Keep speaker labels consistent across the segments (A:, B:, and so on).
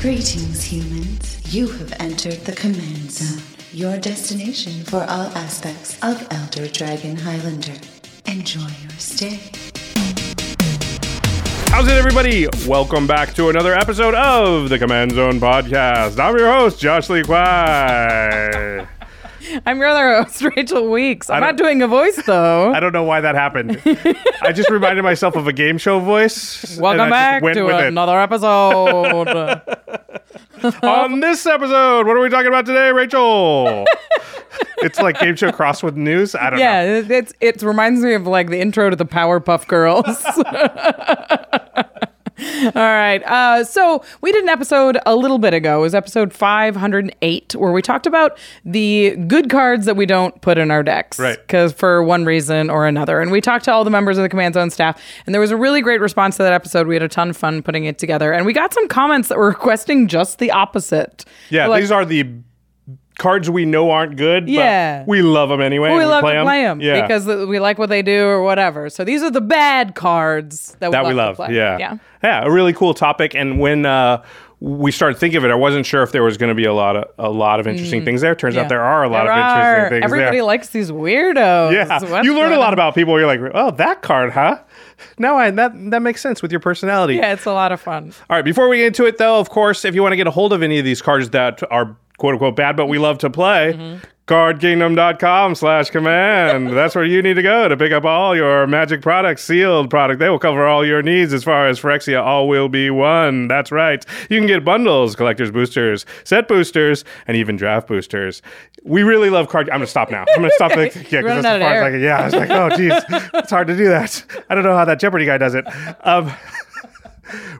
A: Greetings, humans. You have entered the Command Zone, your destination for all aspects of Elder Dragon Highlander. Enjoy your stay.
B: How's it, everybody? Welcome back to another episode of the Command Zone Podcast. I'm your host, Josh Lee Kwai.
C: I'm your other host, Rachel Weeks. I'm
B: I
C: not
B: don't-
C: doing a voice though.
B: I don't know why that happened. I just reminded myself of a game show voice.
C: Welcome
B: and I just
C: back
B: went
C: to
B: with it.
C: another episode.
B: On this episode, what are we talking about today, Rachel? it's like game show cross with news. I don't
C: yeah,
B: know.
C: it- it's it reminds me of like the intro to the Powerpuff Girls. All right. Uh, so we did an episode a little bit ago. It was episode 508, where we talked about the good cards that we don't put in our decks.
B: Right.
C: Because for one reason or another. And we talked to all the members of the Command Zone staff, and there was a really great response to that episode. We had a ton of fun putting it together, and we got some comments that were requesting just the opposite.
B: Yeah,
C: They're like,
B: these are the cards we know aren't good,
C: Yeah.
B: but we love them anyway.
C: we
B: and
C: love
B: play
C: to
B: 'em.
C: play them
B: Yeah.
C: because th- we like what they do or whatever. So these are the bad cards that,
B: that we
C: we
B: love.
C: to play.
B: Yeah.
C: yeah.
B: Yeah, a really cool topic. And when uh, we started thinking of it, I wasn't sure if there was going to be a lot of a lot of interesting things there. Turns
C: Mm. Yeah.
B: out there are a lot
C: There
B: of
C: are.
B: interesting things
C: Everybody
B: there.
C: likes these weirdos.
B: yeah,
C: What's
B: you learn a
C: going
B: lot
C: on?
B: about people. You're like, oh, that card, huh? No, I that that makes sense with your personality.
C: Yeah, it's a lot of fun.
B: All right, before we get into it, though, of course, if you want to get a hold of any of these cards that are quote unquote bad, but we love to play, cardkingdom.com slash command. That's where you need to go to pick up all your magic products, sealed product. They will cover all your needs as far as Phyrexia, all will be one. That's right. You can get bundles, collector's boosters, set boosters, and even draft boosters. We really love card. I'm going to stop now. I'm going to stop. The, yeah, because
C: Running
B: that's as
C: out of
B: far as I
C: air.
B: can. Yeah, I was like, oh, geez, it's hard to do that. I don't know how that Jeopardy guy does it. Um,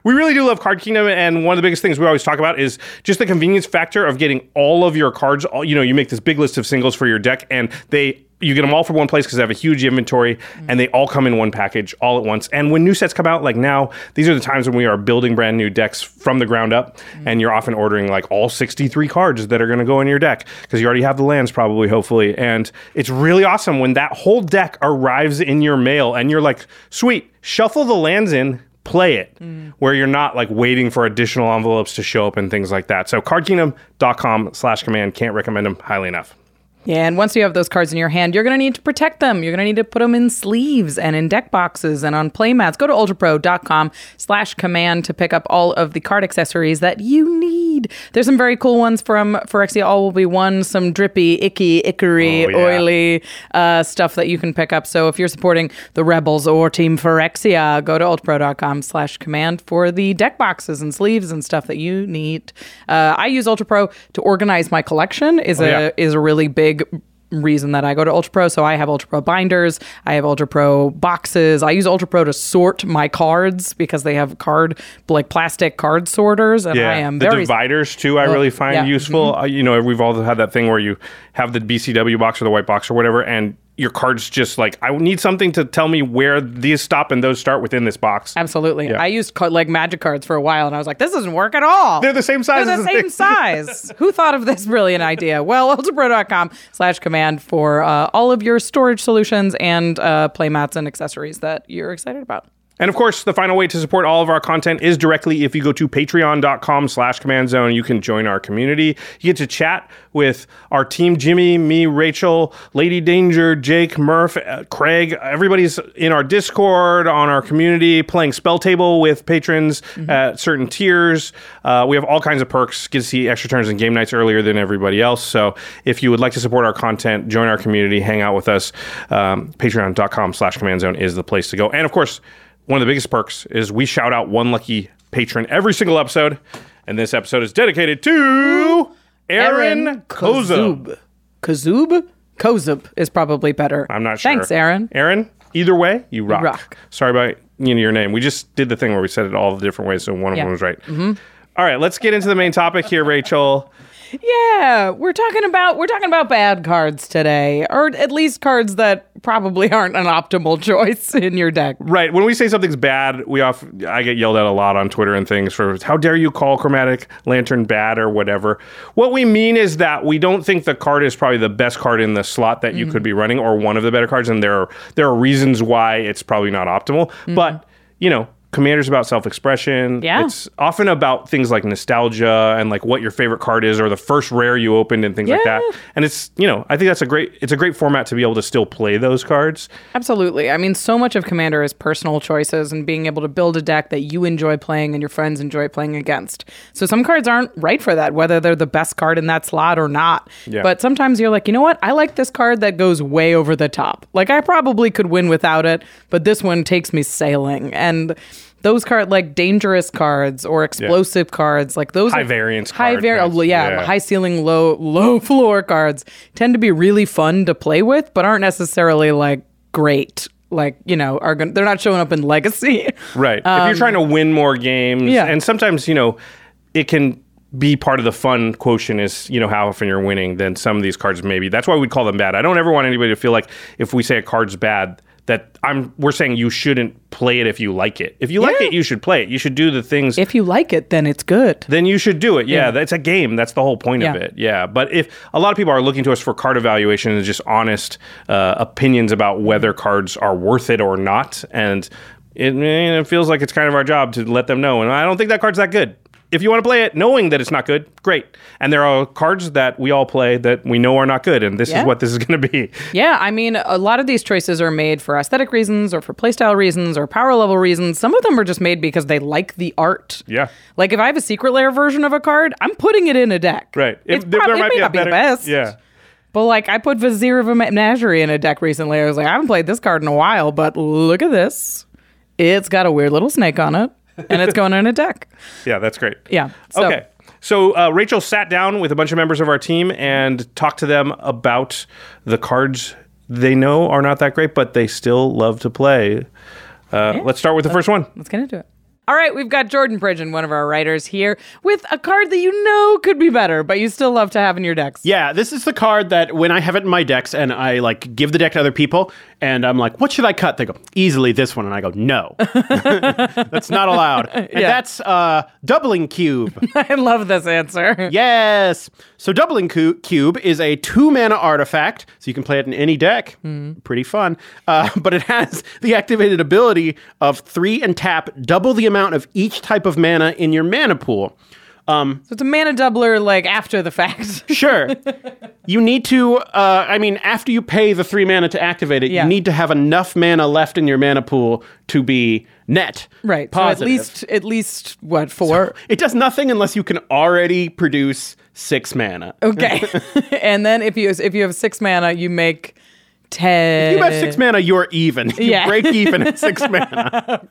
B: we really do love Card Kingdom, and one of the biggest things we always talk about is just the convenience factor of getting all of your cards. All, you know, you make this big list of singles for your deck, and they you get them all from one place because they have a huge inventory, and they all come in one package all at once. And when new sets come out, like now, these are the times when we are building brand new decks from the ground up, and you're often ordering like all 63 cards that are going to go in your deck because you already have the lands probably, hopefully. And it's really awesome when that whole deck arrives in your mail, and you're like, sweet, shuffle the lands in play it
C: Mm.
B: where you're not like waiting for additional envelopes to show up and things like that so cardkingdom.com slash command can't recommend them highly enough
C: Yeah, and once you have those cards in your hand, you're going to need to protect them. You're going to need to put them in sleeves and in deck boxes and on playmats. Go to ultrapro.com slash command to pick up all of the card accessories that you need. There's some very cool ones from Phyrexia All Will Be One, some drippy, icky, ickery,
B: Oh, yeah.
C: oily uh, stuff that you can pick up. So if you're supporting the Rebels or Team Phyrexia, go to ultrapro.com slash command for the deck boxes and sleeves and stuff that you need. Uh, I use UltraPro to organize my collection. Is a
B: Oh, yeah.
C: is a really big reason that I go to Ultra Pro. So I have Ultra Pro binders, I have Ultra Pro boxes. I use Ultra Pro to sort my cards because they have card like plastic card sorters, and I am
B: the
C: very
B: dividers too i really find
C: yeah. mm-hmm.
B: useful Uh, you know we've all had that thing where you have the bcw box or the white box or whatever and your cards just like i need something to tell me where these stop and those start within this box
C: Absolutely. I used card, like magic cards for a while, and I was like, "This doesn't work at all."
B: They're the same size
C: They're
B: as
C: the
B: the
C: same
B: thing.
C: size. Who thought of this brilliant idea? Well, ultrapro.com/slash command for uh, all of your storage solutions and uh, playmats and accessories that you're excited about.
B: And of course, the final way to support all of our content is directly if you go to patreon.com slash command zone. You can join our community. You get to chat with our team, Jimmy, me, Rachel, Lady Danger, Jake, Murph, uh, Craig. Everybody's in our Discord, on our community, playing Spell Table with patrons at certain tiers. Uh, we have all kinds of perks. Get to see extra turns and game nights earlier than everybody else. So if you would like to support our content, join our community, hang out with us, um, patreon.com slash command zone is the place to go. And of course, one of the biggest perks is we shout out one lucky patron every single episode. And this episode is dedicated to Aaron Kozub.
C: Kozub. Kozub? Kozub is probably better.
B: I'm not sure.
C: Thanks, Aaron.
B: Aaron, either way, you rock.
C: rock.
B: Sorry about you know, your name. We just did the thing where we said it all the different ways, so one of
C: Yeah. Mm-hmm.
B: them was right. All right, let's get into the main topic here, Rachel.
C: Yeah, we're talking about we're talking about bad cards today, or at least cards that probably aren't an optimal choice in your deck.
B: Right. When we say something's bad, we off I get yelled at a lot on Twitter and things for how dare you call chromatic lantern bad or whatever. What we mean is that we don't think the card is probably the best card in the slot that you could be running or one of the better cards and there are there are reasons why it's probably not optimal. But, you know, Commander's about self-expression.
C: Mm-hmm. Yeah.
B: It's often about things like nostalgia and like what your favorite card is or the first rare you opened and things like that.
C: Yeah.
B: And it's, you know, I think that's a great it's a great format to be able to still play those cards.
C: Absolutely. I mean, so much of Commander is personal choices and being able to build a deck that you enjoy playing and your friends enjoy playing against. So some cards aren't right for that, whether they're the best card in that slot or not.
B: Yeah.
C: But sometimes you're like, you know what? I like this card that goes way over the top. Like, I probably could win without it, but this one takes me sailing. And those card like dangerous cards or explosive cards, like those
B: High
C: are-
B: variance
C: high
B: cards,
C: variance,
B: that's-
C: yeah,
B: yeah.
C: high ceiling, low low floor cards tend to be really fun to play with, but aren't necessarily like great. Like you know, are going they're not showing up in Legacy.
B: Right. if you're trying to win more games,
C: Um, Yeah.
B: and sometimes, you know, it can be part of the fun quotient is, you know, how often you're winning, then some of these cards maybe. That's why we call them bad. I don't ever want anybody to feel like if we say a card's bad, that I'm we're saying you shouldn't play it if you like it. If you like
C: Yeah.
B: it, you should play it. You should do the things
C: If you like it, then it's good.
B: then you should do it. Yeah, that's a game. That's the whole point of
C: Yeah.
B: it. Yeah, but if a lot of people are looking to us for card evaluation and just honest uh, opinions about whether cards are worth it or not, and it, eh, it feels like it's kind of our job to let them know. And I don't think that card's that good. If you want to play it, knowing that it's not good, great. And there are cards that we all play that we know are not good, and this
C: Yeah.
B: is what this is going to be.
C: Yeah, I mean, a lot of these choices are made for aesthetic reasons, or for playstyle reasons, or power level reasons. Some of them are just made because they like the art.
B: Yeah.
C: Like if I have a secret layer version of a card, I'm putting it in a deck.
B: Right.
C: It's
B: If- there
C: prob- it
B: might
C: may
B: be a
C: not be
B: better-
C: the best.
B: Yeah.
C: But like I put Vizier of a Menagerie in a deck recently. I was like, I haven't played this card in a while, but look at this. It's got a weird little snake on it, and it's going in a deck.
B: Yeah, that's great.
C: Yeah, so-
B: Okay. So uh, Rachel sat down with a bunch of members of our team and talked to them about the cards they know are not that great, but they still love to play. Uh, Let's start with the first one.
C: Let's get into it. All right, we've got Jordan Bridgen, one of our writers here, with a card that you know could be better, but you still love to have in your decks.
D: Yeah, this is the card that when I have it in my decks and I like give the deck to other people and I'm like, what should I cut? They go, easily this one. And I go, no. that's not allowed. And that's uh, Doubling Cube.
C: I love this answer.
D: yes. So Doubling Cu- Cube is a two mana artifact, so you can play it in any deck.
C: Hmm.
D: Pretty fun. Uh, but it has the activated ability of three and tap, double the amount of each type of mana in your mana pool. Um,
C: So it's a mana doubler, like after the fact.
D: Sure. you need to, uh, I mean, after you pay the three mana to activate it,
C: Yeah.
D: you need to have enough mana left in your mana pool to be net.
C: right.
D: Positive.
C: So at least, at least what four?
D: It does nothing unless you can already produce six mana.
C: Okay. and then if you if you have six mana, you make ten.
D: If you have six mana, you're even. You
C: Yeah.
D: break even at six mana.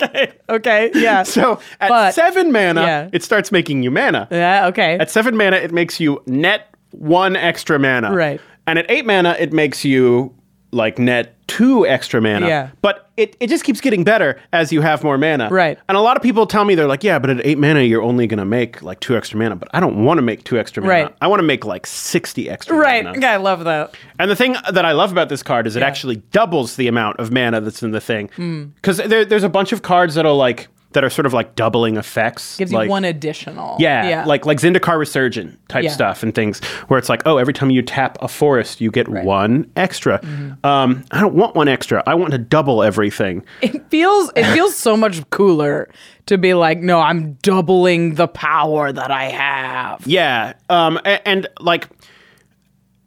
C: Okay. Yeah.
D: So at
C: But-
D: seven mana,
C: yeah.
D: it starts making you mana.
C: Yeah. Okay.
D: At seven mana, it makes you net one extra mana.
C: Right.
D: And at eight mana, it makes you like net two extra mana.
C: Yeah.
D: But it, it just keeps getting better as you have more mana.
C: Right.
D: And a lot of people tell me they're like, yeah, but at eight mana, you're only going to make like two extra mana. But I don't want to make two extra mana.
C: Right.
D: I want to make like 60 extra
C: right.
D: mana.
C: Okay. I love that.
D: And the thing that I love about this card is it actually doubles the amount of mana that's in the thing.
C: Hmm.
D: Because there, there's a bunch of cards that'll like, that are sort of like doubling effects.
C: Gives
D: like,
C: you one additional.
D: yeah, like like Zendikar Resurgent type
C: Yeah.
D: stuff and things where it's like, oh, every time you tap a forest, you get one extra.
C: Mm-hmm.
D: Um, I don't want one extra. I want to double everything.
C: it feels it feels so much cooler to be like, no, I'm doubling the power that I have.
D: Yeah. Um, a- and, like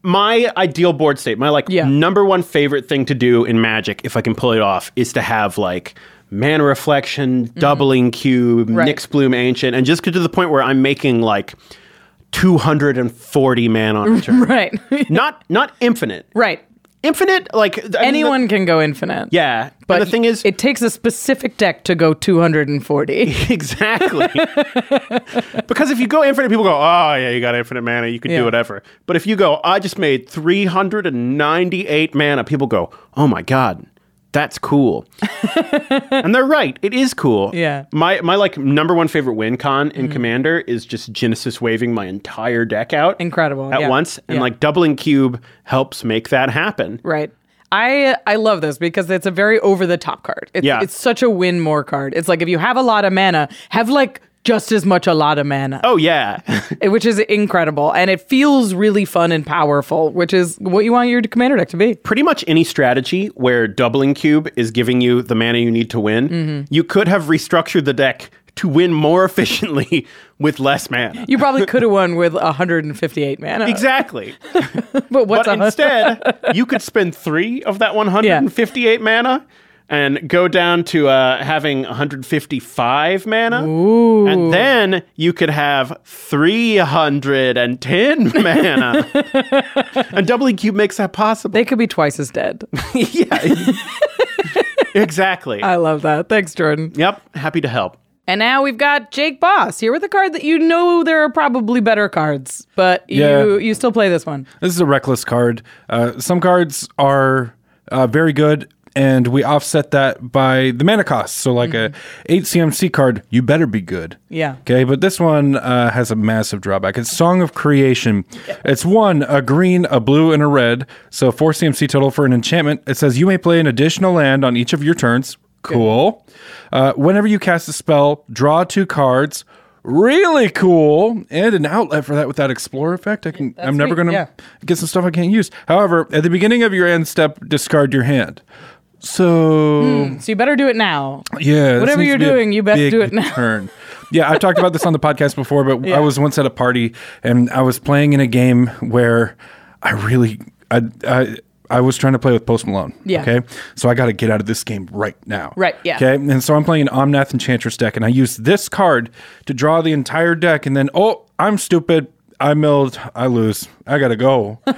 D: my ideal board state, my like
C: Yeah.
D: number one favorite thing to do in Magic, if I can pull it off, is to have like Mana Reflection, Doubling Cube,
C: Mm-hmm. Right.
D: Nix Bloom Ancient, and just get to the point where I'm making like 240 mana on a turn.
C: Right.
D: not not infinite.
C: right.
D: Infinite, like th- I mean, the-
C: Anyone can go infinite.
D: yeah, but
C: But
D: the thing is,
C: it takes a specific deck to go 240.
D: exactly because if you go infinite, people go, "Oh yeah, you got infinite mana, you can
C: Yeah.
D: do whatever." But if you go, "I just made three hundred and ninety-eight mana," people go, "Oh my god, that's cool. and they're right. It is cool.
C: Yeah. Mm-hmm.
D: My my like number one favorite win con in Commander is just Genesis waving my entire deck out.
C: Incredible,
D: At
C: yeah.
D: once. And
C: Yeah.
D: like doubling cube helps make that happen.
C: Right. I I love this because it's a very over the top card. It's,
D: Yeah.
C: it's such a win more card. It's like if you have a lot of mana, have like just as much a lot of mana,
D: Oh yeah.
C: which is incredible, and it feels really fun and powerful, which is what you want your commander deck to be.
D: Pretty much any strategy where doubling cube is giving you the mana you need to win, you could have restructured the deck to win more efficiently with less mana.
C: You probably could have won with 158 mana.
D: Exactly.
C: uh, But what's
D: but
C: a hun-
D: instead, you could spend three of that 158 mana and go down to uh, having 155 mana. And then you could have 310 mana. and doubling cube makes that possible.
C: they could be twice as dead.
D: yeah. exactly.
C: I love that. Thanks, Jordan.
D: yep. Happy to help.
C: And now we've got Jake Boss here with a card that you know there are probably better cards, but
E: Yeah.
C: you you still play this one.
E: This is a reckless card. Uh, some cards are uh, very good, and we offset that by the mana cost. So, like a eight CMC card, you better be good.
C: Yeah.
E: Okay, but this one uh, has a massive drawback. It's Song of Creation. It's one a green, a blue, and a red. So four CMC total for an enchantment. It says you may play an additional land on each of your turns. Cool. Uh, whenever you cast a spell, draw two cards. Really cool, and an outlet for that with that explorer effect. I can. I'm never
C: sweet,
E: gonna
C: yeah.
E: get some stuff I can't use. However, at the beginning of your end step, discard your hand. So
C: Hmm, So you better do it now.
E: yeah. this
C: Whatever
E: needs
C: you're
E: to be a
C: doing, you best
E: big
C: do it now.
E: Turn. Yeah, I've talked about this on the podcast before, but I was once at a party and I was playing in a game where I really I I I was trying to play with Post Malone.
C: Yeah.
E: Okay. So I got to get out of this game right now.
C: Right, yeah.
E: Okay. And so I'm playing an Omnath Enchantress deck, and I use this card to draw the entire deck, and then oh, I'm stupid. I milled. I lose. I gotta go, and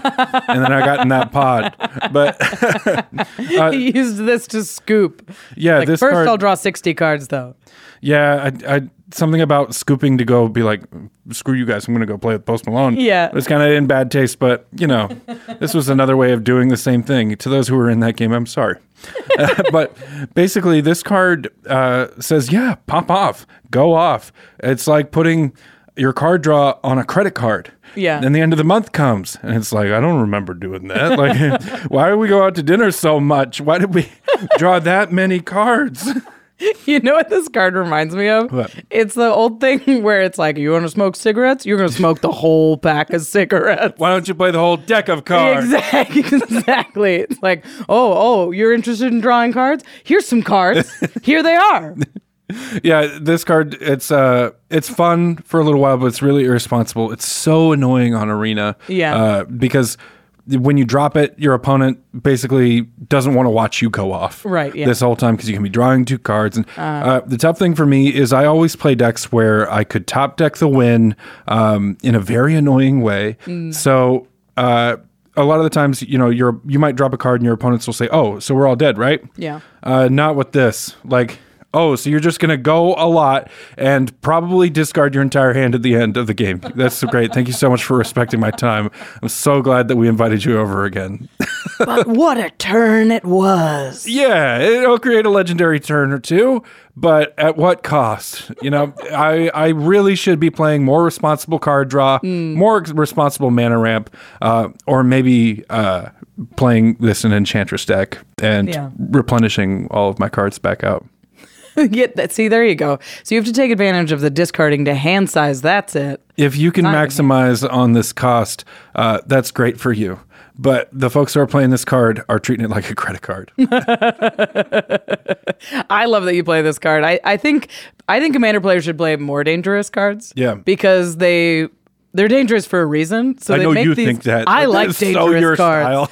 E: then I got in that pod. But uh,
C: he used this to scoop.
E: yeah,
C: Like,
E: this
C: first
E: card,
C: I'll draw 60 cards though.
E: Yeah, I, I something about scooping to go be like, screw you guys, I'm gonna go play with Post Malone.
C: Yeah.
E: it's kind of in bad taste, but you know, this was another way of doing the same thing. To those who were in that game, I'm sorry, Uh, but basically, this card uh, says, yeah, pop off, go off. It's like putting your card draw on a credit card.
C: Yeah.
E: And the end of the month comes, and it's like I don't remember doing that. Like, why do we go out to dinner so much? Why did we draw that many cards?
C: You know what this card reminds me of?
E: What?
C: It's the old thing where it's like, you want to smoke cigarettes? You're going to smoke the whole pack of cigarettes.
E: Why don't you play the whole deck of cards?
C: Exactly. Exactly. It's like, oh, oh, you're interested in drawing cards? Here's some cards. Here they are.
E: Yeah, this card it's uh it's fun for a little while, but it's really irresponsible. It's so annoying on arena.
C: Yeah.
E: Uh, because when you drop it, your opponent basically doesn't want to watch you go off.
C: Right, yeah.
E: This whole time because you can be drawing two cards, and uh, the tough thing for me is I always play decks where I could top deck the win um, in a very annoying way. So. Uh, a lot of the times, you know, you're you might drop a card and your opponents will say, "Oh, so we're all dead, right?"
C: Yeah.
E: Uh, not with this. Like, oh, so you're just gonna go a lot and probably discard your entire hand at the end of the game. That's great. Thank you so much for respecting my time. I'm so glad that we invited you over again.
C: But what a turn it was.
E: yeah, it'll create a legendary turn or two, but at what cost? You know, I I really should be playing more responsible card draw,
C: Hmm.
E: more responsible mana ramp, uh, or maybe. Uh, playing this in enchantress deck and
C: Yeah.
E: replenishing all of my cards back out
C: Get that. See, there you go. So you have to take advantage of the discarding to hand size. That's it.
E: if you can maximize on this cost, uh, that's great for you. But the folks who are playing this card are treating it like a credit card.
C: I love that you play this card. I, I think I think commander players should play more dangerous cards.
E: Yeah.
C: Because they they're dangerous for a reason. So
E: I
C: they
E: know
C: make
E: you
C: these-
E: think that,
C: I
E: but
C: like
E: it's so
C: dangerous
E: your
C: cards.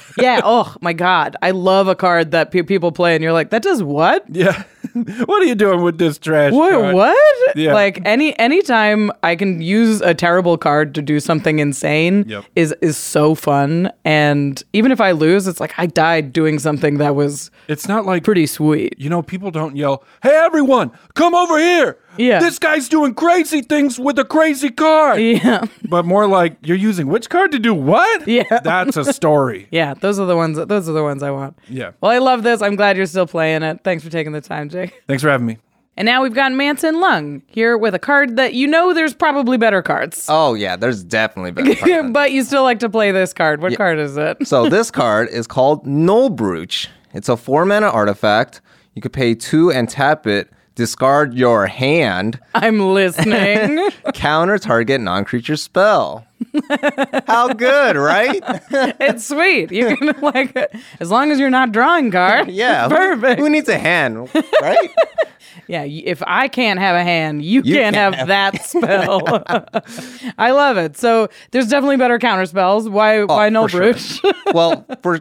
E: style.
C: yeah. Oh my god, I love a card that pe- people play, and you're like, that does what?
E: yeah. what are you doing with this trash?
C: What?
E: card?
C: What?
E: Yeah.
C: Like any anytime I can use a terrible card to do something insane
E: Yep.
C: is is so fun. And even if I lose, it's like I died doing something that was
E: It's not like
C: pretty sweet.
E: You know, people don't yell, "Hey, everyone, come over here!
C: Yeah.
E: this guy's doing crazy things with a crazy card.
C: Yeah.
E: But more like, you're using which card to do what?
C: Yeah.
E: That's a story.
C: Yeah, those are the ones. Those are the ones I want.
E: Yeah.
C: Well, I love this. I'm glad you're still playing it. Thanks for taking the time, Jake.
E: Thanks for having me.
C: And now we've got Manson Lung here with a card that you know there's probably better cards,
F: Oh yeah, there's definitely better. partners.
C: but you still like to play this card. What card is it?
F: so this card is called Null Brooch. It's a four mana artifact. You could pay two and tap it. Discard your hand.
C: I'm listening.
F: Counter target non-creature spell. How good, right?
C: it's sweet. You can like as long as you're not drawing card.
F: Yeah.
C: it's
F: who-
C: perfect.
F: Who, needs a hand, right?
C: Yeah, y- if I can't have a hand, you, can't,
F: can't
C: have, that spell. I love it. So there's definitely better counter spells. Why? why no
F: Oh, for sure.
C: brooch?
F: well, for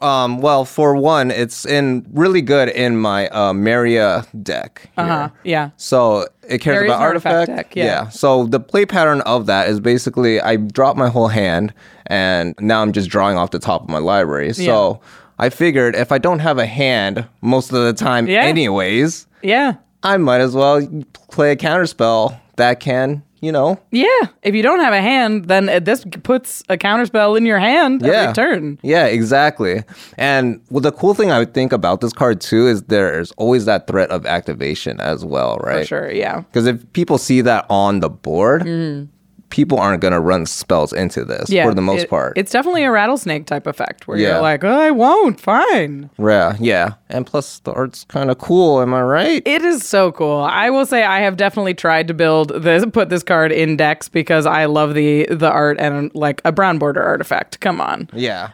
F: um, well, for one, it's in really good in my uh, Maria deck. here.
C: Uh-huh. Yeah.
F: So it cares
C: There is
F: about
C: an artifact
F: artifact.
C: deck, yeah.
F: So the play pattern of that is basically I drop my whole hand and now I'm just drawing off the top of my library. So I figured if I don't have a hand most of the time
C: Yeah.
F: anyways,
C: Yeah.
F: I might as well play a counterspell that can, you know,
C: Yeah. If you don't have a hand, then uh, this puts a counterspell in your hand
F: yeah.
C: every turn.
F: Yeah, exactly. And well, the cool thing I would think about this card too is there's always that threat of activation as well, right?
C: For sure. Yeah.
F: Because if people see that on the board, people aren't going to run spells into this
C: Mm-hmm. Yeah.
F: for the most
C: it-
F: part.
C: It's definitely a rattlesnake type effect where
F: Yeah.
C: you're like, oh, I won't. Fine.
F: yeah, yeah. And plus, the art's kind of cool. Am I right?
C: It is so cool. I will say I have definitely tried to build this, put this card in decks because I love the the art and like a brown border artifact. Come on, Uh,
F: yeah.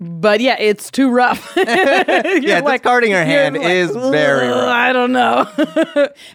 C: but yeah, it's too rough.
F: yeah,
C: yeah,
F: this card in your hand is very rough.
C: I don't know.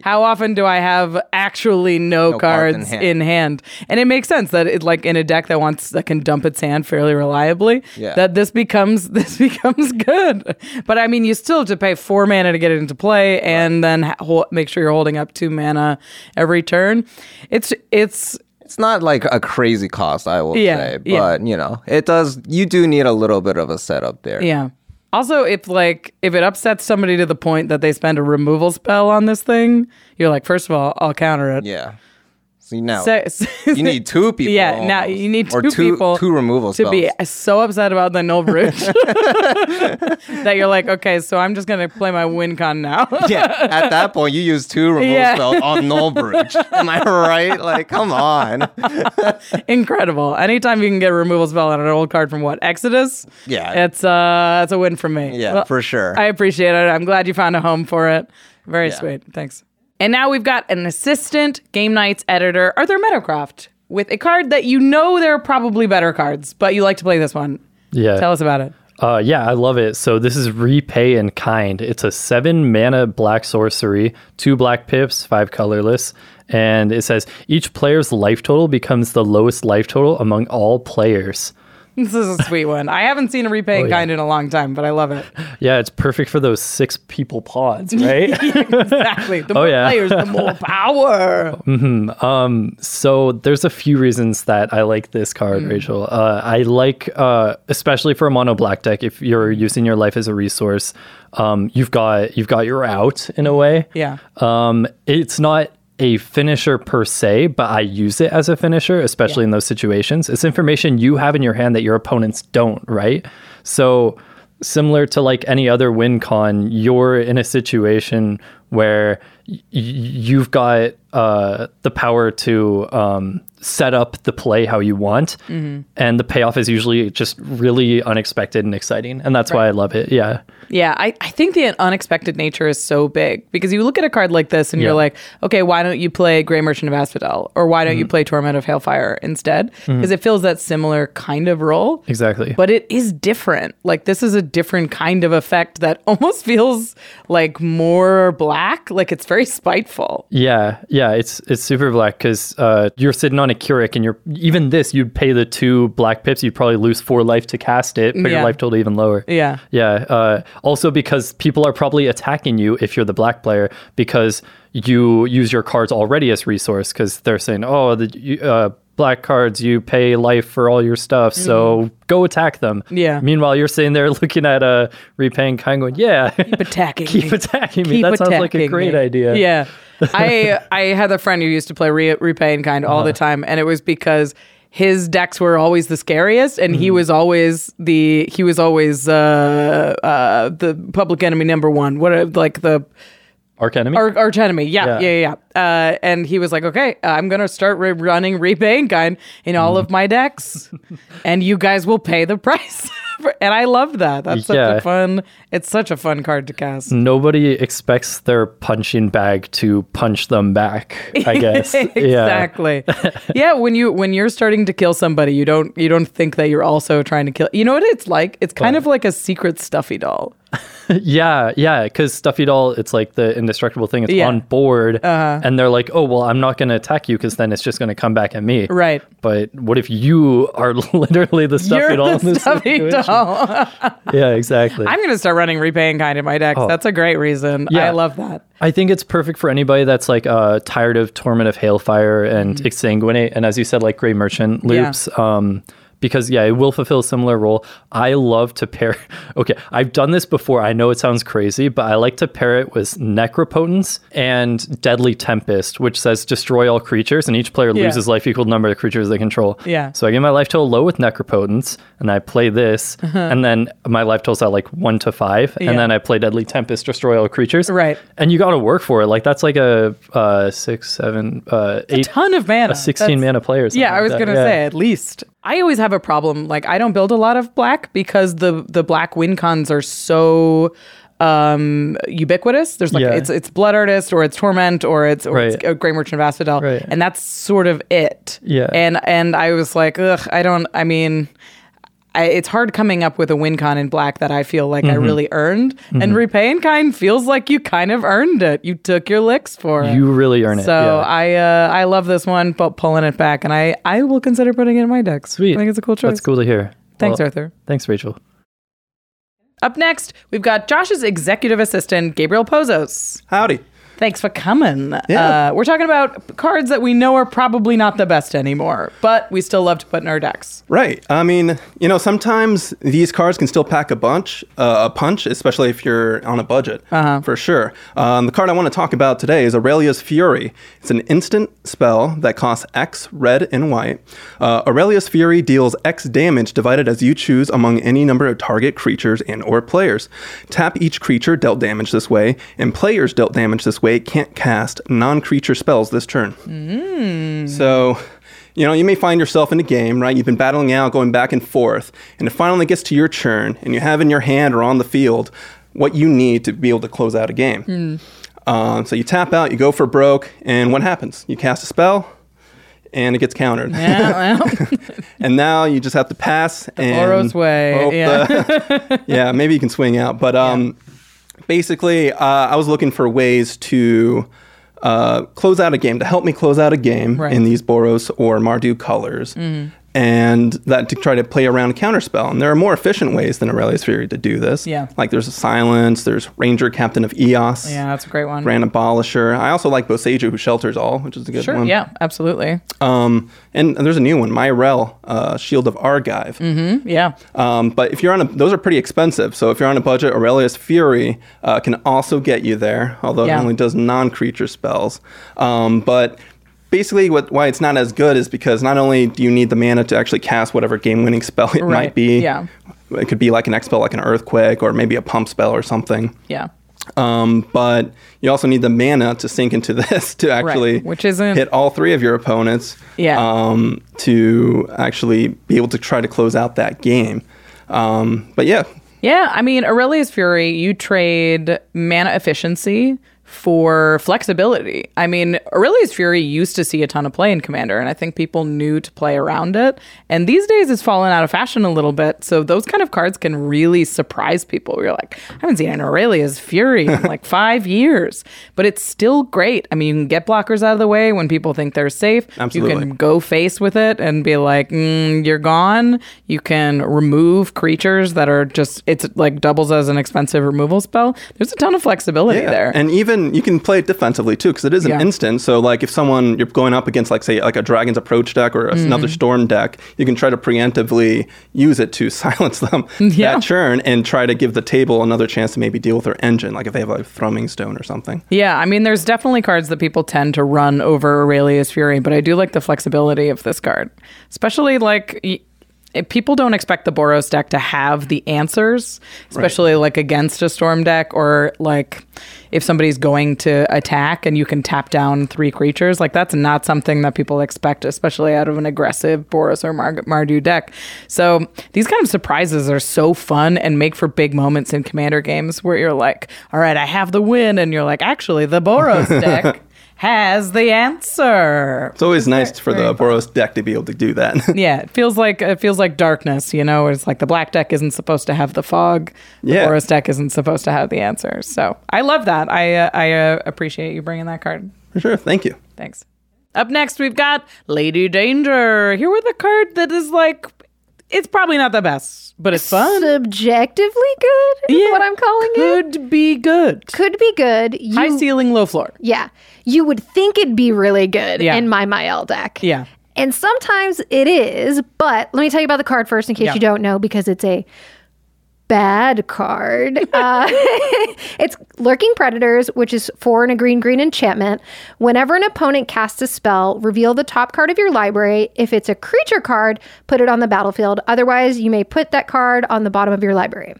C: How often do I have actually no,
F: cards
C: cards
F: in
C: in
F: hand.
C: hand. And it makes sense that it like in a deck that wants that can dump its hand fairly reliably.
F: Yeah.
C: That this becomes this becomes good. But I mean, you still have to pay four mana to get it into play, and then ha- hol- make sure you're holding up two mana every turn. It's it's
F: It's not like a crazy cost, I will
C: Yeah,
F: say,
C: yeah.
F: but you know, it does. You do need a little bit of a setup there.
C: yeah. Also, if like if it upsets somebody to the point that they spend a removal spell on this thing, you're like, first of all, I'll counter it.
F: Yeah. See now,
C: So-
F: you need two people.
C: Yeah, now
F: almost.
C: you need two,
F: or two
C: people
F: two removal
C: to
F: spells.
C: be so upset about the null bridge that you're like, okay, so I'm just gonna play my win con now.
F: yeah, at that point you use two removal
C: Yeah.
F: spells on null bridge. Am I right? Like, come on.
C: Incredible! Anytime you can get a removal spell on an old card from what Exodus,
F: Yeah.
C: it's uh, it's a win for me.
F: Yeah,
C: Well,
F: for sure.
C: I appreciate it. I'm glad you found a home for it. Very
F: Yeah.
C: sweet. Thanks. And now we've got an assistant game nights editor, Arthur Meadowcroft, with a card that you know there are probably better cards, but you like to play this one.
G: Yeah.
C: Tell us about it.
G: Uh, yeah, I love it. So this is Repay in Kind. It's a seven mana black sorcery, two black pips, five colorless. And it says each player's life total becomes the lowest life total among all players.
C: This is a sweet one. I haven't seen a repaying
G: Oh, yeah.
C: kind in a long time, but I love it.
G: Yeah, it's perfect for those six people pods, right? Oh,
C: exactly. The more
G: yeah.
C: players, the more power.
G: Mm-hmm. Um, so there's a few reasons that I like this card,
C: Mm.
G: Rachel. Uh, I like, uh, especially for a mono black deck, if you're using your life as a resource, um, you've got you've got your out in a way.
C: Yeah.
G: Um, it's not a finisher per se, but I use it as a finisher, especially in those situations. It's information you have in your hand that your opponents don't, right? So, similar to like any other win con, you're in a situation where y- y- you've got uh, the power to um, set up the play how you want. And the payoff is usually just really unexpected and exciting. And that's why I love it. Yeah.
C: Yeah, I, I think the unexpected nature is so big because you look at a card like this and
G: Yeah.
C: you're like, okay, why don't you play Grey Merchant of Asphodel or why don't you play Torment of Hailfire instead? Because it fills that similar kind of role.
G: Exactly.
C: But it is different. Like this is a different kind of effect that almost feels like more black. Like it's very spiteful.
G: Yeah, yeah, it's it's super black because uh, you're sitting on a Curic, and you're even this. You'd pay the two black pips. You'd probably lose four life to cast it, but
C: Yeah.
G: your life total even lower.
C: Yeah.
G: yeah. Uh, also, because people are probably attacking you if you're the black player because you use your cards already as resource because they're saying, oh, the you, uh, black cards. You pay life for all your stuff. So go attack them.
C: Mm-hmm. Yeah.
G: Meanwhile, you're sitting there looking at a repaying kind going, yeah, keep
C: attacking me.
G: keep attacking me.
C: Keep
G: that sounds like a
C: attacking
G: great
C: me.
G: idea.
C: Yeah. I I had a friend who used to play Re- Repay in Kind all
G: Uh-huh.
C: the time, and it was because his decks were always the scariest, and
G: Mm-hmm.
C: he was always the he was always uh, uh, the public enemy number one. What uh, like the
G: Arch enemy.
C: Arch, arch enemy. Yeah, yeah,
G: Yeah.
C: yeah. yeah. Uh, and he was like, "Okay, I'm gonna start re- running repaying gun in all
G: Mm-hmm.
C: of my decks, and you guys will pay the price." for- and I love that. That's such
G: Yeah.
C: a fun. It's such a fun card to cast.
G: Nobody expects their punching bag to punch them back, I guess. Yeah.
C: exactly. Yeah. when you when you're starting to kill somebody, you don't you don't think that you're also trying to kill. You know what it's like? It's kind of like a secret stuffy doll.
G: Yeah, yeah, because Stuffy Doll, it's like the indestructible thing. It's
C: Yeah. Uh-huh.
G: on board, and they're like, "Oh, well, I'm not going to attack you because then it's just going to come back at me."
C: Right.
G: But what if you are literally the Stuffy
C: You're
G: Doll?
C: the
G: in this
C: stuffy
G: situation?
C: doll.
G: Yeah, exactly.
C: I'm gonna start running repaying kind in my decks. That's a great reason. I
G: Oh. Yeah.
C: love that.
G: I think it's perfect for anybody that's like uh, tired of Torment of Hailfire and Exsanguinate, and as you said, like Grey Merchant
C: Mm-hmm. Yeah.
G: loops. Um, because yeah, it will fulfill a similar role. I love to pair. Okay, I've done this before. I know it sounds crazy, but I like to pair it with Necropotence and Deadly Tempest, which says destroy all creatures, and each player
C: Yeah.
G: loses life equal number of creatures they control.
C: Yeah.
G: So I get my life total low with Necropotence, and I play this, and then my life total's at like one to five,
C: Uh-huh. Yeah.
G: and then I play Deadly Tempest, destroy all creatures
C: Right.
G: and you got to work for it. Like that's like a uh, six, seven, uh, eight,
C: Ton of mana.
G: a sixteen
C: That's-
G: mana player. or
C: Yeah,
G: something
C: I was
G: like that.
C: gonna
G: Yeah.
C: say at least. I always have a problem. Like I don't build a lot of black because the the black win cons are so um ubiquitous. There's like
G: Yeah.
C: it's it's blood artist or it's torment or it's or it's
G: Right.
C: uh, Grey Merchant of Asphodel.
G: Right.
C: And that's sort of it.
G: Yeah.
C: And and I was like, ugh, I don't I mean I, it's hard coming up with a win con in black that I feel like I
G: Mm-hmm.
C: really earned, and repay in kind feels like you kind of earned it. You took your licks for it.
G: You really earn it.
C: So
G: yeah.
C: I uh, I love this one, but pulling it back, and I I will consider putting it in my deck.
G: sweet.
C: I think it's a cool choice.
G: That's cool to hear.
C: Thanks,
G: Well,
C: Arthur.
G: Thanks, Rachel.
C: Up next, we've got Josh's executive assistant, Gabriel Pozos.
H: Howdy.
C: Thanks for coming.
H: Yeah.
C: Uh, we're talking about cards that we know are probably not the best anymore, but we still love to put in our decks.
H: Right. I mean, you know, sometimes these cards can still pack a bunch, uh, a punch, especially if you're on a budget, uh-huh. for sure. Um, the card I want to talk about today is Aurelia's Fury. It's an instant spell that costs X red and white. Uh, Aurelia's Fury deals X damage divided as you choose among any number of target creatures and or players. Tap each creature dealt damage this way, and players dealt damage this way can't cast non-creature spells this turn.
C: Mm.
H: So, you know, you may find yourself in a game, right? You've been battling out, going back and forth, and it finally gets to your turn, and you have in your hand or on the field what you need to be able to close out a game.
C: Hmm.
H: Um, so you tap out, you go for broke, and what happens? You cast a spell, and it gets countered.
C: Yeah, well,
H: and now you just have to pass. and
C: Oro's way,
H: hope
C: yeah.
H: the- yeah, maybe you can swing out, but um, basically, uh, I was looking for ways to uh, close out a game to help me close out a game
C: Right. Mm-hmm.
H: in these Boros or Mardu colors, and that to try to play around a counterspell. And there are more efficient ways than Aurelius Fury to do this.
C: Yeah.
H: like there's a silence, there's Ranger Captain of Eos.
C: yeah, that's a great one.
H: Grand Abolisher. I also like Boseiju, who shelters all, which is a good
C: Sure.
H: one.
C: Yeah, absolutely.
H: Um, and there's a new one, Myrel, uh, Shield of Argive.
C: Mm, Yeah.
H: Um, but if you're on a, those are pretty expensive. So if you're on a budget, Aurelius Fury uh, can also get you there, although
C: Yeah.
H: it only does non-creature spells. Um, but basically, what why it's not as good is because not only do you need the mana to actually cast whatever game-winning spell it
C: Right,
H: might be.
C: yeah.
H: It could be like an X spell, like an earthquake, or maybe a pump spell or something.
C: Yeah.
H: Um, but you also need the mana to sink into this to actually
C: which isn't-
H: hit all three of your opponents.
C: Yeah.
H: Um, to actually be able to try to close out that game. Um, but yeah,
C: Yeah, I mean Aurelius Fury, you trade mana efficiency for flexibility. I mean, Aurelius Fury used to see a ton of play in Commander, and I think people knew to play around it. And these days it's fallen out of fashion a little bit. So those kind of cards can really surprise people. You're like, I haven't seen an Aurelius Fury in like five years. But it's still great. I mean, you can get blockers out of the way when people think they're safe. You
H: Absolutely.
C: can go face with it and be like, mm, you're gone. You can remove creatures that are just, it's like doubles as an expensive removal spell. There's a ton of flexibility
H: yeah.
C: there.
H: And even can you can play it defensively too because it is an
C: Yeah.
H: instant. So like if someone you're going up against like say like a dragon's approach deck or
C: Mm-hmm.
H: another storm deck, you can try to preemptively use it to silence them
C: Yeah.
H: that churn and try to give the table another chance to maybe deal with their engine. Like if they have like thrumming stone or something.
C: Yeah, I mean, there's definitely cards that people tend to run over Aurelius Fury, but I do like the flexibility of this card, especially like. Y- if People don't expect the Boros deck to have the answers, especially like against a storm deck or like if somebody's going to attack and you can tap down three creatures. Like that's not something that people expect, especially out of an aggressive Boros or Mar- Mardu deck. So these kind of surprises are so fun and make for big moments in commander games where you're like, all right, I have the win. And you're like, actually, the Boros deck has the answer.
H: It's always nice for the
C: very
H: Boros deck to be able to do that.
C: Yeah, it feels like it feels like darkness, you know, where it's like the black deck isn't supposed to have the fog, the
H: Yeah.
C: Boros deck isn't supposed to have the answers. So I love that. I uh, I uh, appreciate you bringing that card.
H: for sure. Thank you.
C: Thanks. Up next, we've got Lady Danger. Here with a card that is like, it's probably not the best, but it's fun.
I: Subjectively good is what I'm calling it.
C: Could be good.
I: Could be good. You,
C: High ceiling, low floor.
I: Yeah. You would think it'd be really good
C: Yeah.
I: in my Myel deck.
C: Yeah.
I: And sometimes it is, but let me tell you about the card first in case
C: Yeah.
I: you don't know because it's a bad card. Uh, it's Lurking Predators, which is four and a green, green enchantment. Whenever an opponent casts a spell, reveal the top card of your library. If it's a creature card, put it on the battlefield. Otherwise, you may put that card on the bottom of your library.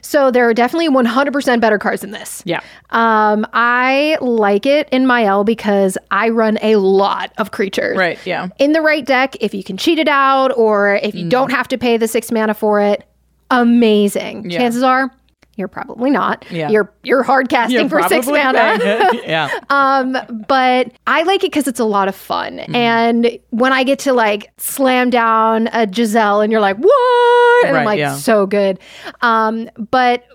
I: So there are definitely 100% better cards than this.
C: Yeah.
I: Um, I like it in my L because I run a lot of creatures.
C: Right, yeah.
I: In the right deck, if you can cheat it out or if you don't
C: Mm.
I: have to pay the six mana for it, amazing. Chances are you're probably not.
C: Yeah.
I: You're you're hard casting for six
C: probably
I: mana.
C: right. yeah.
I: Um, but I like it because it's a lot of fun.
C: Mm-hmm.
I: And when I get to like slam down a Giselle and you're like, what? And
C: Right,
I: I'm like,
C: yeah.
I: so good. Um, but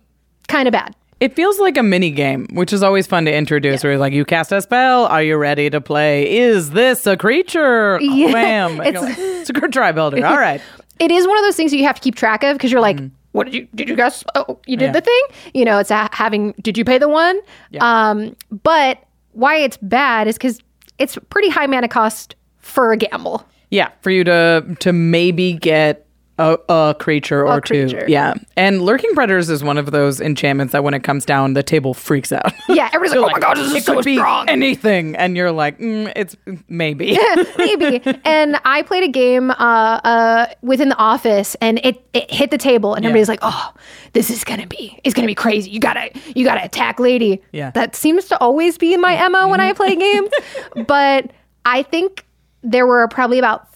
I: kind of bad.
C: It feels like a mini game, which is always fun to introduce. Where you're like, you cast a spell. Are you ready to play? Is this a creature? Oh,
I: Yeah,
C: Wham! And you're
I: it's-
C: like, it's a good try builder. All right.
I: it is one of those things that you have to keep track of because you're like,
C: Mm-hmm.
I: what did you did you guess? Oh, you did the thing. You know, it's a, having did you pay the one? Um, but why it's bad is because it's pretty high mana cost for a gamble.
C: Yeah, for you to to maybe get a, a creature or
I: creature.
C: two. Yeah, and lurking predators is one of those enchantments that when it comes down, the table freaks out.
I: Yeah, everybody's
C: They're
I: like, oh my god, this
C: it
I: is so
C: could be
I: strong.
C: anything, and you're like, mm, it's maybe.
I: maybe. And I played a game uh, uh, within the office, and it, it hit the table, and everybody's like, "Oh, this is gonna be, it's gonna be crazy. You gotta, you gotta attack, lady."
C: Yeah.
I: that seems to always be my mo when I play games.
C: Mm-hmm.
I: but I think there were probably about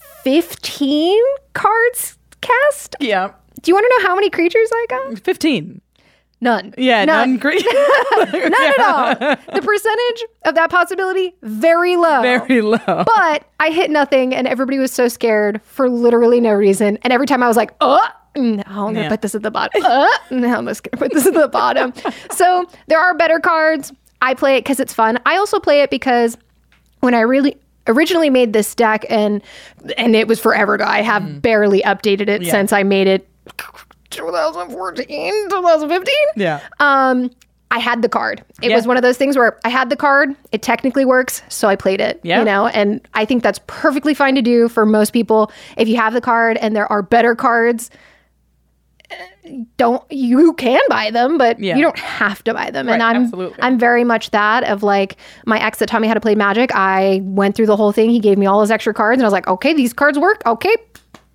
I: fifteen cards cast.
C: yeah,
I: Do you want to know how many creatures I got?
C: fifteen.
I: None.
C: Yeah, none. Great.
I: None at all. The percentage of that possibility very low.
C: Very low.
I: But I hit nothing, and everybody was so scared for literally no reason. And every time I was like, oh, no, I'm going to
C: Yeah.
I: put this at the bottom. Uh, no, I'm just going to put this at the bottom. so there are better cards. I play it because it's fun. I also play it because when I really originally made this deck and and it was forever ago. I have
C: Mm-hmm.
I: barely updated it since I made it 2014, 2015.
C: Yeah.
I: Um I had the card. It
C: Yeah.
I: was one of those things where I had the card, it technically works, so I played it.
C: Yeah.
I: You know, and I think that's perfectly fine to do for most people. If you have the card and there are better cards, eh, don't you can buy them, but
C: Yeah.
I: you don't have to buy them. and I'm
C: absolutely.
I: I'm very much that of like my ex that taught me how to play magic. I went through the whole thing. He gave me all his extra cards, and I was like, okay, these cards work. Okay,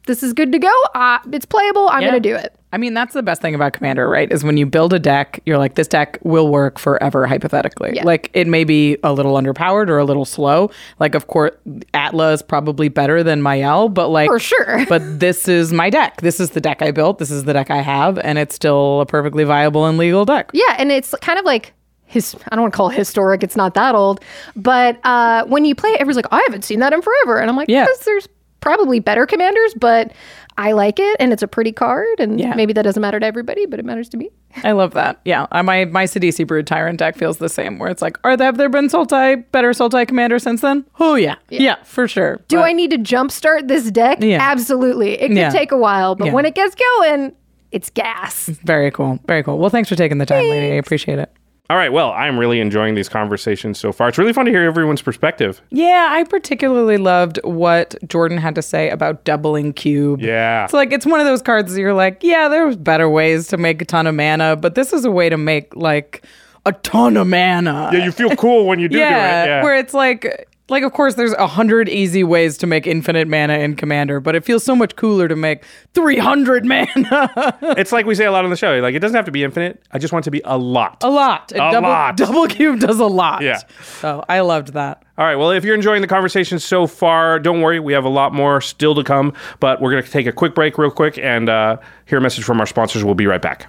I: this is good to go. Uh, it's playable. I'm
C: Yeah.
I: gonna do it.
C: I mean, that's the best thing about Commander, right? Is when you build a deck, you're like, this deck will work forever, hypothetically.
I: Yeah.
C: Like, it may be a little underpowered or a little slow. Like, of course, Atla is probably better than Mayel, but like,
I: For sure.
C: but this is my deck. This is the deck I built. This is the deck I have, and it's still a perfectly viable and legal deck.
I: Yeah, and it's kind of like his. I don't want to call it historic. It's not that old, but uh, when you play it, everyone's like, I haven't seen that in forever, and I'm like,
C: Yeah.
I: yes, there's probably better commanders, but I like it, and it's a pretty card, and
C: Yeah.
I: maybe that doesn't matter to everybody, but it matters to me.
C: I love that. Yeah, I, my my Sidisi Brood Tyrant deck feels the same. Where it's like, are there, have there been Sultai better Sultai Commander since then? Oh yeah, yeah, for sure.
I: Do
C: But-
I: I need to jumpstart this deck?
C: Yeah.
I: Absolutely. It could
C: Yeah.
I: take a while, but
C: Yeah.
I: when it gets going, it's gas.
C: Very cool. Very cool. Well, thanks for taking the time, lady. I appreciate it.
B: All right. Well, I'm really enjoying these conversations so far. It's really fun to hear everyone's perspective.
C: Yeah, I particularly loved what Jordan had to say about doubling cube.
B: Yeah.
C: It's like it's one of those cards that you're like, yeah, there's better ways to make a ton of mana, but this is a way to make like a ton of mana.
B: Yeah, you feel cool when you do
C: yeah,
B: do it. Yeah.
C: where it's like like of course there's a hundred easy ways to make infinite mana in commander but it feels so much cooler to make 300 mana
B: it's like we say a lot on the show. Like it doesn't have to be infinite. I just want it to be a lot.
C: a lot a double,
B: lot.
C: double cube does a lot
B: Yeah.
C: so i loved that
B: All right. Well, if you're enjoying the conversation so far, don't worry. We have a lot more still to come, but we're going to take a quick break, real quick, and uh, hear a message from our sponsors. We'll be right back.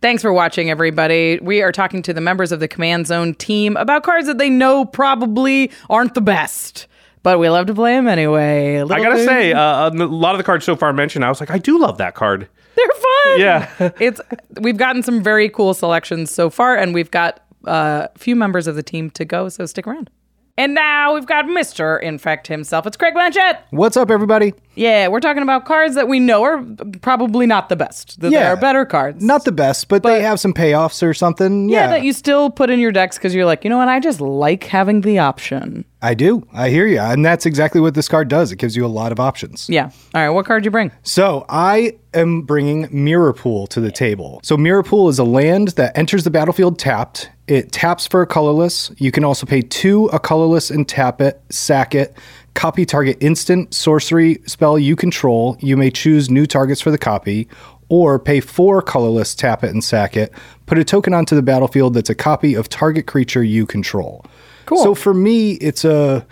C: Thanks for watching, everybody. We are talking to the members of the Command Zone team about cards that they know probably aren't the best, but we love to play them anyway.
B: I
C: Little
B: gotta
C: thing-
B: say, uh, a lot of the cards so far mentioned, I was like, I do love that card.
C: they're fun.
B: Yeah.
C: it's we've gotten some very cool selections so far, and we've got uh, a few members of the team to go, so stick around. And now we've got Mister Infect himself. It's Craig Blanchett.
J: What's up, everybody?
C: Yeah, we're talking about cards that we know are probably not the best. That there are better cards.
J: Not the best, but, they have some payoffs or something.
C: Yeah,
J: Yeah,
C: that you still put in your decks because you're like, you know what? I just like having the option.
J: I do. I hear you. And that's exactly what this card does. It gives you a lot of options.
C: Yeah. All right. What card you bring?
J: So I am bringing Mirror Pool to the table. So Mirror Pool is a land that enters the battlefield tapped. It taps for a colorless. You can also pay two, a colorless, and tap it, sack it, copy target instant, sorcery, spell you control. You may choose new targets for the copy, or pay four colorless, tap it and sack it. Put a token onto the battlefield that's a copy of target creature you control. Cool. So for me, it's a,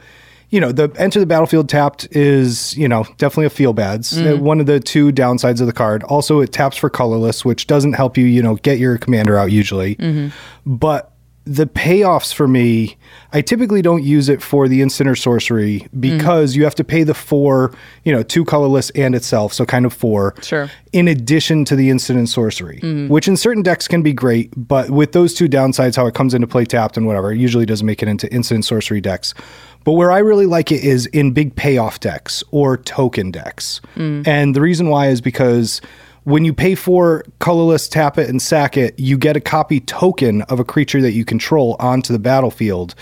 J: you know, the enter the battlefield tapped is, you know, definitely a feel bads.
H: Mm.
J: Uh, One of the two downsides of the card. Also, it taps for colorless, which doesn't help you, you know, get your commander out usually
H: Mhm.
J: but the payoffs for me, I typically don't use it for the instant or sorcery because you have to pay the four, you know, two colorless and itself, so kind of four. Sure. In addition to the instant and sorcery,
H: Mm.
J: which in certain decks can be great, but with those two downsides, how it comes into play tapped and whatever, it usually doesn't make it into instant and sorcery decks. But where I really like it is in big payoff decks or token decks.
H: Mm.
C: Mm-hmm.
J: And the reason why is because when you pay for colorless, tap it, and sack it, you get a copy token of a creature that you control onto the battlefield.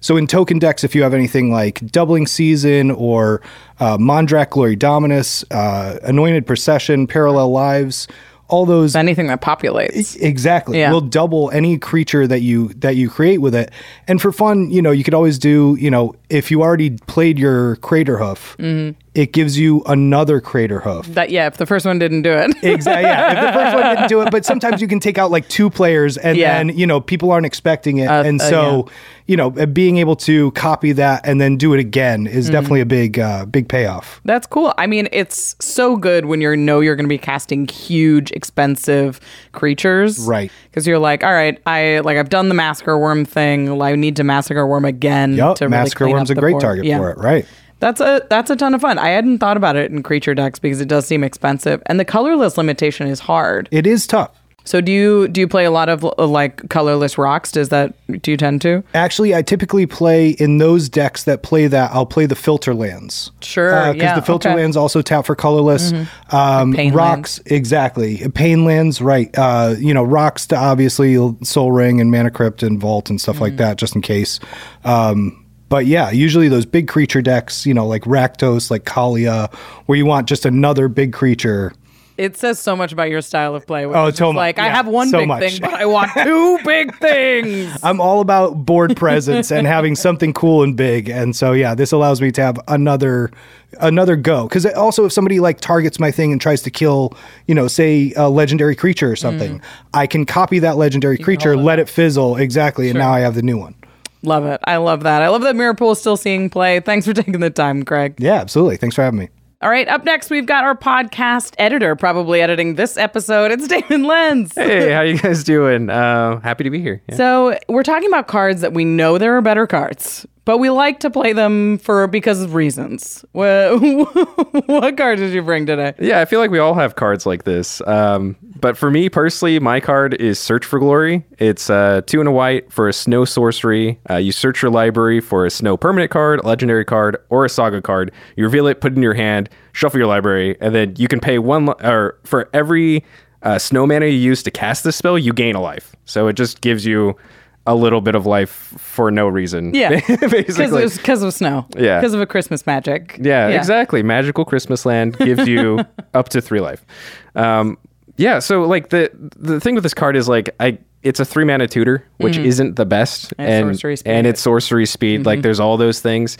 J: So in token decks, if you have anything like Doubling Season or uh, Mondrak Glory Dominus, uh, Anointed Procession, Parallel Lives, all those E-,
C: anything that populates
J: exactly
C: Yeah.
J: will double any creature that you that you create with it. And for fun, you know, you could always do you know if you already played your Crater Hoof,
C: Mhm.
J: it gives you another Crater Hoof.
C: That yeah, if the first one didn't do it,
J: exactly. Yeah, if the first one didn't do it, but sometimes you can take out like two players, and
C: Yeah.
J: then you know people aren't expecting it, and
C: uh,
J: so you know uh, being able to copy that and then do it again is
C: Mhm.
J: definitely a big uh, big payoff.
C: That's cool. I mean, it's so good when you know you're going to be casting huge, expensive creatures,
J: Right.
C: Because you're like, all right, I like I've done the massacre worm thing. I need to massacre worm again.
J: Yup,
C: to really
J: Massacre
C: clean
J: Worm's
C: up
J: a
C: the
J: great
C: board.
J: target
C: Yeah.
J: for it, right?
C: That's a that's a ton of fun. I hadn't thought about it in creature decks because it does seem expensive, and the colorless limitation is hard.
J: It is tough.
C: So do you do you play a lot of uh, like colorless rocks? Does that do you tend to?
J: Actually, I typically play in those decks that play that. I'll play the filter lands.
C: Sure,
J: because
C: yeah,
J: Uh, the filter
C: okay.
J: lands also tap for colorless.
C: Mhm.
J: Um,
C: Pain
J: rocks, exactly. Pain lands, right? Uh, you know, rocks to obviously Soul Ring and Mana Crypt and Vault and stuff
C: Mm-hmm.
J: like that, just in case. Um, but yeah, usually those big creature decks, you know, like Rakdos, like Kalia, where you want just another big creature.
C: It says so much about your style of play. which
J: Oh,
C: is just
J: so mu-
C: like I
J: yeah,
C: have one
J: so
C: big
J: much.
C: thing, but I want two big things.
J: I'm all about board presence and having something cool and big. And so yeah, this allows me to have another another go cuz also if somebody like targets my thing and tries to kill, you know, say a legendary creature or something, I Mm. can copy that legendary creature, let it fizzle exactly and now I have the new one.
C: Love it. I love that. I love that Mirapool is still seeing play. Thanks for taking the time, Greg.
J: Yeah, absolutely. Thanks for having me.
C: All right, up next we've got our podcast editor probably editing this episode. It's Damon Lenz.
K: Hey, how you guys doing? Uh, happy to be here. Yeah.
C: So we're talking about cards that we know there are better cards, but we like to play them for because of reasons. What, what card did you bring today?
K: Yeah, I feel like we all have cards like this. Um, but for me personally, my card is Search for Glory. It's uh, two and a white for a snow sorcery. Uh, you search your library for a snow permanent card, a legendary card, or a saga card. You reveal it, put it in your hand, shuffle your library, and then you can pay one li- or for every uh, snow mana you use to cast this spell, you gain a life. So it just gives you a little bit of life for no reason.
C: Yeah,
K: basically.
C: because of snow.
K: Yeah.
C: because of a Christmas magic.
K: Yeah, exactly. Magical Christmas Land gives you up to three life. Um, yeah, so like the the thing with this card is like I it's a three mana tutor, which
C: Mhm.
K: isn't the best,
C: And sorcery speed.
K: and it's sorcery speed. Like
C: Mhm.
K: there's all those things.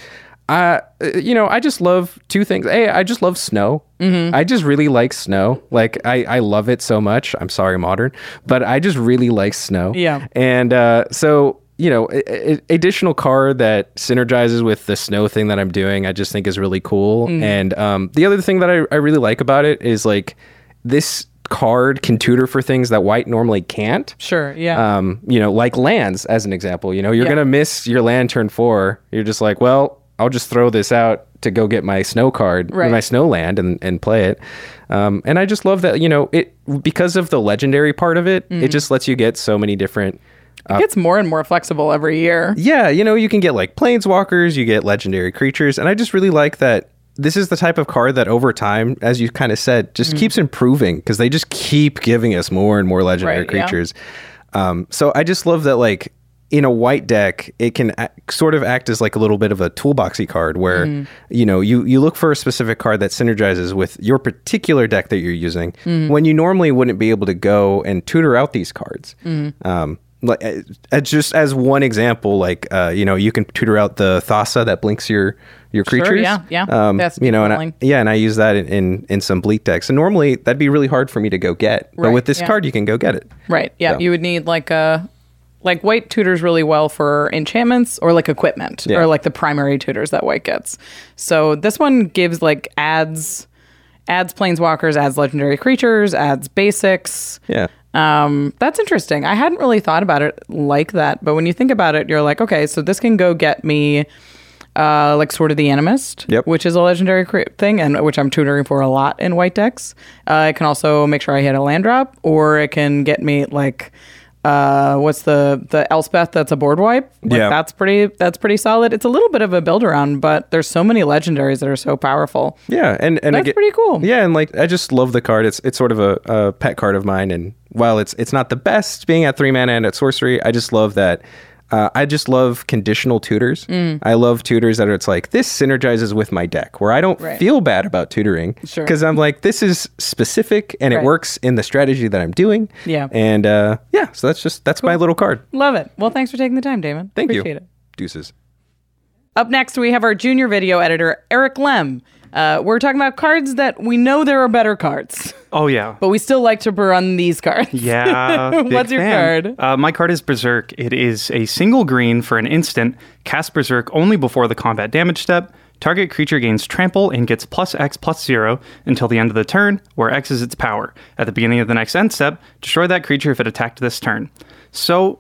K: Uh, you know, I just love two things. Hey, I just love snow.
C: Mhm.
K: I just really like snow. Like I, I love it so much. I'm sorry, modern, but I just really like snow.
C: Yeah.
K: And uh, so, you know, a, a- additional card that synergizes with the snow thing that I'm doing, I just think is really cool.
C: Mhm.
K: And um, the other thing that I, I really like about it is like this card can tutor for things that white normally can't.
C: Sure. Yeah.
K: Um, you know, like lands as an example. You know, you're
C: Yeah.
K: gonna miss your land turn four. You're just like, well, I'll just throw this out to go get my snow card,
C: Right.
K: my snow land, and and play it. Um, and I just love that. You know, it because of the legendary part of it,
C: Mhm.
K: it just lets you get so many different. uh,
C: it gets more and more flexible every year.
K: Yeah, you know, you can get like planeswalkers, you get legendary creatures, and I just really like that this is the type of card that over time, as you kind of said, just
C: Mhm.
K: keeps improving because they just keep giving us more and more legendary
C: Right, yeah.
K: creatures. Um, so I just love that, like, in a white deck, it can a- sort of act as like a little bit of a toolboxy card where
C: Mhm.
K: you know you you look for a specific card that synergizes with your particular deck that you're using
C: Mhm.
K: when you normally wouldn't be able to go and tutor out these cards.
C: Mhm.
K: Um, like uh, uh, just as one example, like uh, you know, you can tutor out the thassa that blinks your your
C: Sure,
K: creatures.
C: yeah, yeah.
K: Um,
C: That's
K: you know, and I,
C: definitely-
K: yeah, and I use that in, in in some bleak decks. And normally that'd be really hard for me to go get, but
C: Right,
K: with this
C: yeah.
K: card, you can go get it.
C: Right. Yeah.
K: So-
C: You would need like a like white tutors really well for enchantments or like equipment
K: Yeah.
C: or like the primary tutors that white gets. So this one gives like adds adds planeswalkers, adds legendary creatures, adds basics.
K: Yeah.
C: Um, that's interesting. I hadn't really thought about it like that, but when you think about it, you're like, okay, so this can go get me uh, like sort of the animist,
K: Yep.
C: which is a legendary cre- thing, and which I'm tutoring for a lot in white decks. Uh, it can also make sure I hit a land drop, or it can get me like uh, what's the the Elspeth that's a board wipe. Like,
L: Yeah.
C: that's pretty that's pretty solid. It's a little bit of a build around, but there's so many legendaries that are so powerful.
K: Yeah, and and
C: That's pretty cool.
K: Yeah, and like I just love the card. It's it's sort of a, a pet card of mine, and while it's it's not the best being at three mana and at sorcery, I just love that. Uh, I just love conditional tutors.
D: Mm.
K: I love tutors that are it's like this synergizes with my deck, where I don't
D: Right.
K: feel bad about tutoring
D: Sure.
K: because I'm like this is specific and
C: Right.
K: it works in the strategy that I'm doing.
C: Yeah.
K: and uh, yeah, so that's just that's my little card.
C: Love it. Well, thanks for taking the time, Damon.
K: Thank
C: Appreciate
K: you.
C: it.
K: Deuces.
C: Up next, we have our junior video editor, Eric Lem. Uh, we're talking about cards that we know there are better cards,
L: Oh yeah.
C: but we still like to run these cards.
L: Yeah. big
C: What's your
L: fan.
C: card?
L: Uh, my card is Berserk. It is a single green for an instant. Cast Berserk only before the combat damage step. Target creature gains trample and gets plus X plus zero until the end of the turn, where X is its power. At the beginning of the next end step, destroy that creature if it attacked this turn. So,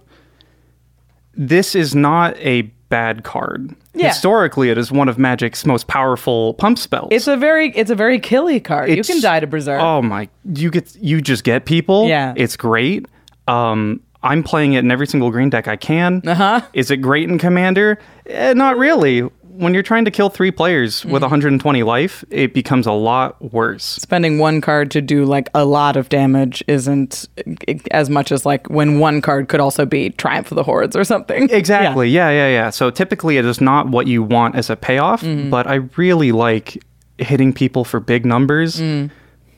L: this is not a bad card.
C: Yeah.
L: Historically, it is one of Magic's most powerful pump spells.
C: It's a very, it's a very killy card. you
L: It's-
C: can die to berserk.
L: Oh my! You get you just get people.
C: Yeah.
L: it's great. Um, I'm playing it in every single green deck I can. Uh
C: Uh-huh.
L: huh. Is it great in Commander? Eh, not really. When you're trying to kill three players
C: Mm-hmm.
L: with 120 life, it becomes a lot worse.
C: Spending one card to do like a lot of damage isn't eh, as much as like when one card could also be triumph of the hordes or something.
L: Exactly. Yeah. yeah, yeah, So typically, it is not what you want as a payoff,
C: Mm-hmm.
L: but I really like hitting people for big numbers.
C: Mm.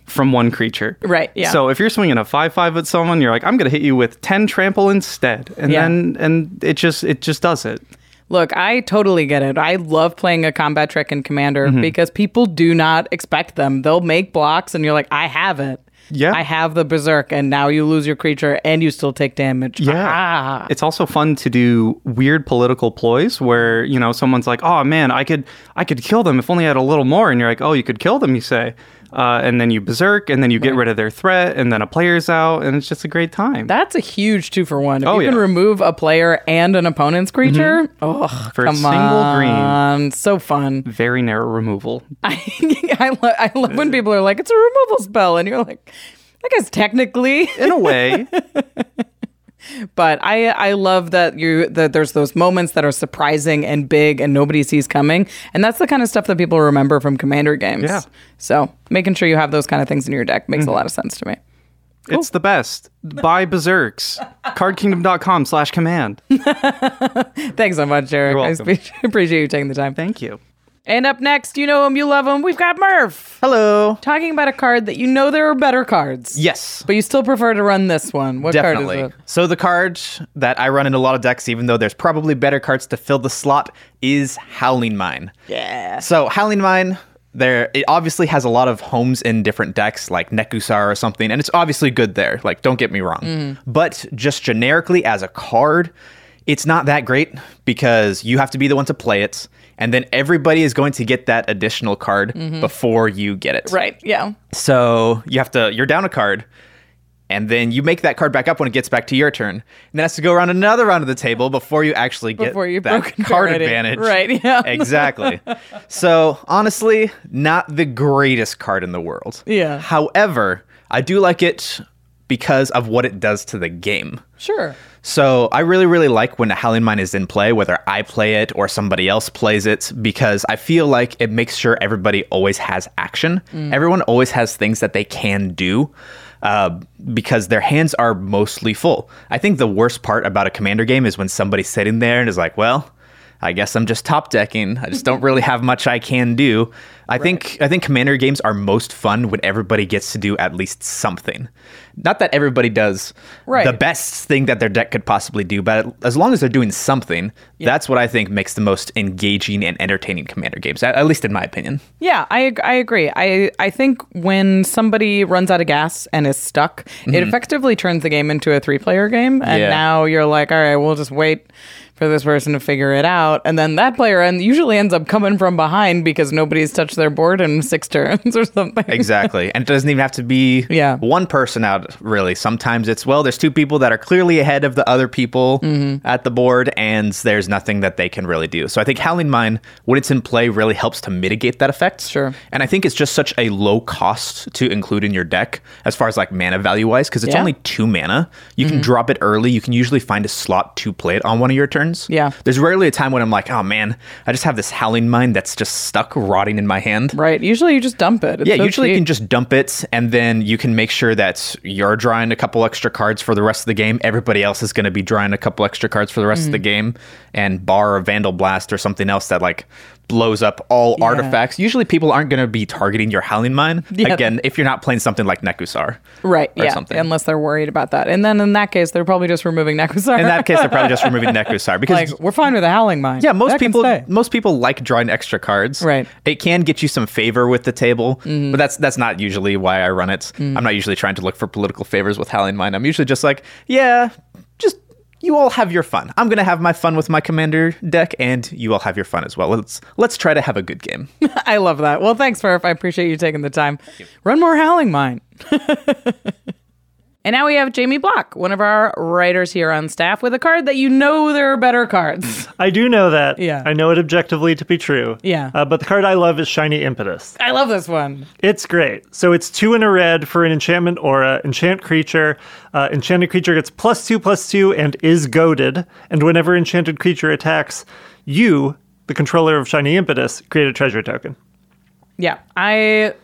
L: From one creature.
C: Right, yeah.
L: So if you're swinging a five-five at someone, you're like, I'm going to hit you with ten trample instead, and
C: Yeah.
L: then and it just it just does it.
C: Look, I totally get it. I love playing a combat trick in Commander
L: Mhm.
C: because people do not expect them. They'll make blocks and you're like, I have it.
L: Yeah.
C: I have the berserk and now you lose your creature and you still take damage.
L: Yeah.
C: Ah.
L: It's also fun to do weird political ploys where, you know, someone's like, "Oh man, I could I could kill them if only I had a little more." And you're like, "Oh, you could kill them," you say. Uh, and then you berserk and then you get rid of their threat and then a player's out and it's just a great time.
C: That's a huge two for one. If
L: Oh,
C: you can
L: yeah. Mm-hmm.
C: remove a player and an opponent's creature, oh,
L: For a
C: come
L: single
C: on.
L: green.
C: So fun.
L: Very narrow removal.
C: I, lo- I love
L: Uh.
C: when people are like, it's a removal spell. And you're like, I guess technically.
L: In a way.
C: but I, I love that you that there's those moments that are surprising and big and nobody sees coming. And that's the kind of stuff that people remember from Commander games.
L: Yeah. Mm-hmm.
C: So making sure you have those kind of things in your deck makes a lot of sense to me.
L: It's the best. Buy berserks. Cardkingdom.com slash command.
C: Thanks so much, Eric. I spe- appreciate you taking the time.
L: Thank you.
C: And up next, you know him, you love him. We've got Murph.
M: Hello.
C: Talking about a card that you know there are better cards.
M: Yes.
C: But you still prefer to run this one. What
M: Definitely.
C: card is it?
M: So the card that I run in a lot of decks, even though there's probably better cards to fill the slot, is Howling Mine.
C: Yeah.
M: So Howling Mine, there it obviously has a lot of homes in different decks, like Nekusar or something, and it's obviously good there. Like, don't get me wrong.
C: Mm.
N: Mhm.
M: But just generically as a card, it's not that great because you have to be the one to play it, and then everybody is going to get that additional card
C: Mhm.
M: before you get it.
C: Right. Yeah.
M: So you have to you're down a card, and then you make that card back up when it gets back to your turn. And then it has to go around another round of the table before you actually get
C: Before you've
M: that
C: broken
M: card
C: already.
M: advantage.
C: Right, yeah.
M: Exactly. so honestly, not the greatest card in the world.
C: Yeah.
M: However, I do like it because of what it does to the game.
C: Sure.
M: So I really, really like when a Howling Mine is in play, whether I play it or somebody else plays it, because I feel like it makes sure everybody always has action.
L: Mm.
M: Everyone always has things that they can do. Uh, because their hands are mostly full. I think the worst part about a commander game is when somebody's sitting there and is like, well, I guess I'm just top decking. I just don't really have much I can do. I think I think commander games are most fun when everybody gets to do at least something. Not that everybody does
C: Right.
M: the best thing that their deck could possibly do, but as long as they're doing something, that's what I think makes the most engaging and entertaining commander games. At, at least in my opinion.
C: Yeah, I ag- I agree. I I think when somebody runs out of gas and is stuck, it
M: Mhm.
C: effectively turns the game into a three-player game and
M: Yeah.
C: now you're like, "All right, we'll just wait for this person to figure it out." And then that player end, usually ends up coming from behind because nobody's touched their board in 6 turns or something.
M: exactly. And it doesn't even have to be
C: Yeah.
M: one person out, really. Sometimes it's, well, there's two people that are clearly ahead of the other people
C: Mhm.
M: at the board, and there's nothing that they can really do. So I think Howling Mine, when it's in play, really helps to mitigate that effect. Sure. And I think it's just such a low cost to include in your deck as far as like mana value wise, because it's
C: Yeah. Mm-hmm.
M: only two mana. You can drop it early. You can usually find a slot to play it on one of your turns.
C: Yeah.
M: There's rarely a time when I'm like, oh man, I just have this Howling Mine that's just stuck rotting in my hand.
C: Right. Usually you just dump it. It's
M: yeah,
C: so
M: usually you
C: cheap.
M: can just dump it, and then you can make sure that you're drawing a couple extra cards for the rest of the game. Everybody else is going to be drawing a couple extra cards for the rest of the
C: Mhm.
M: game, and bar a Vandal Blast or something else that like blows up all
C: Yeah.
M: artifacts. Usually, people aren't going to be targeting your Howling Mine
C: Yeah.
M: again if you're not playing something like Nekusar.
C: Right,
M: or
C: yeah,
M: something.
C: unless they're worried about that. And then in that case, they're probably just removing Nekusar.
M: In that case, they're probably just removing Nekusar because
C: like, we're fine with the Howling Mine.
M: Yeah, most
C: That can
M: people
C: stay.
M: most people like drawing extra cards. Right. It can get you some favor with the table,
C: Mhm.
M: but that's that's not usually why I run it.
C: Mm.
M: I'm not usually trying to look for political favors with Howling Mind. I'm usually just like, yeah, just you all have your fun. I'm gonna have my fun with my commander deck, and you all have your fun as well. Let's let's try to have a good game.
C: I love that. Well, thanks, Murph. I appreciate you taking the time. Run more Howling Mine. and now we have Jamie Block, one of our writers here on staff, with a card that you know there are better cards.
N: I do know that.
C: Yeah.
N: I know it objectively to be true.
C: Yeah.
N: Uh, but the card I love is Shiny Impetus.
C: I love this one.
N: It's great. So it's two in a red for an enchantment aura. Enchant creature. Uh, enchanted creature gets plus two, plus two, and is goaded. And whenever enchanted creature attacks, you, the controller of Shiny Impetus, create a treasure token.
C: Yeah, I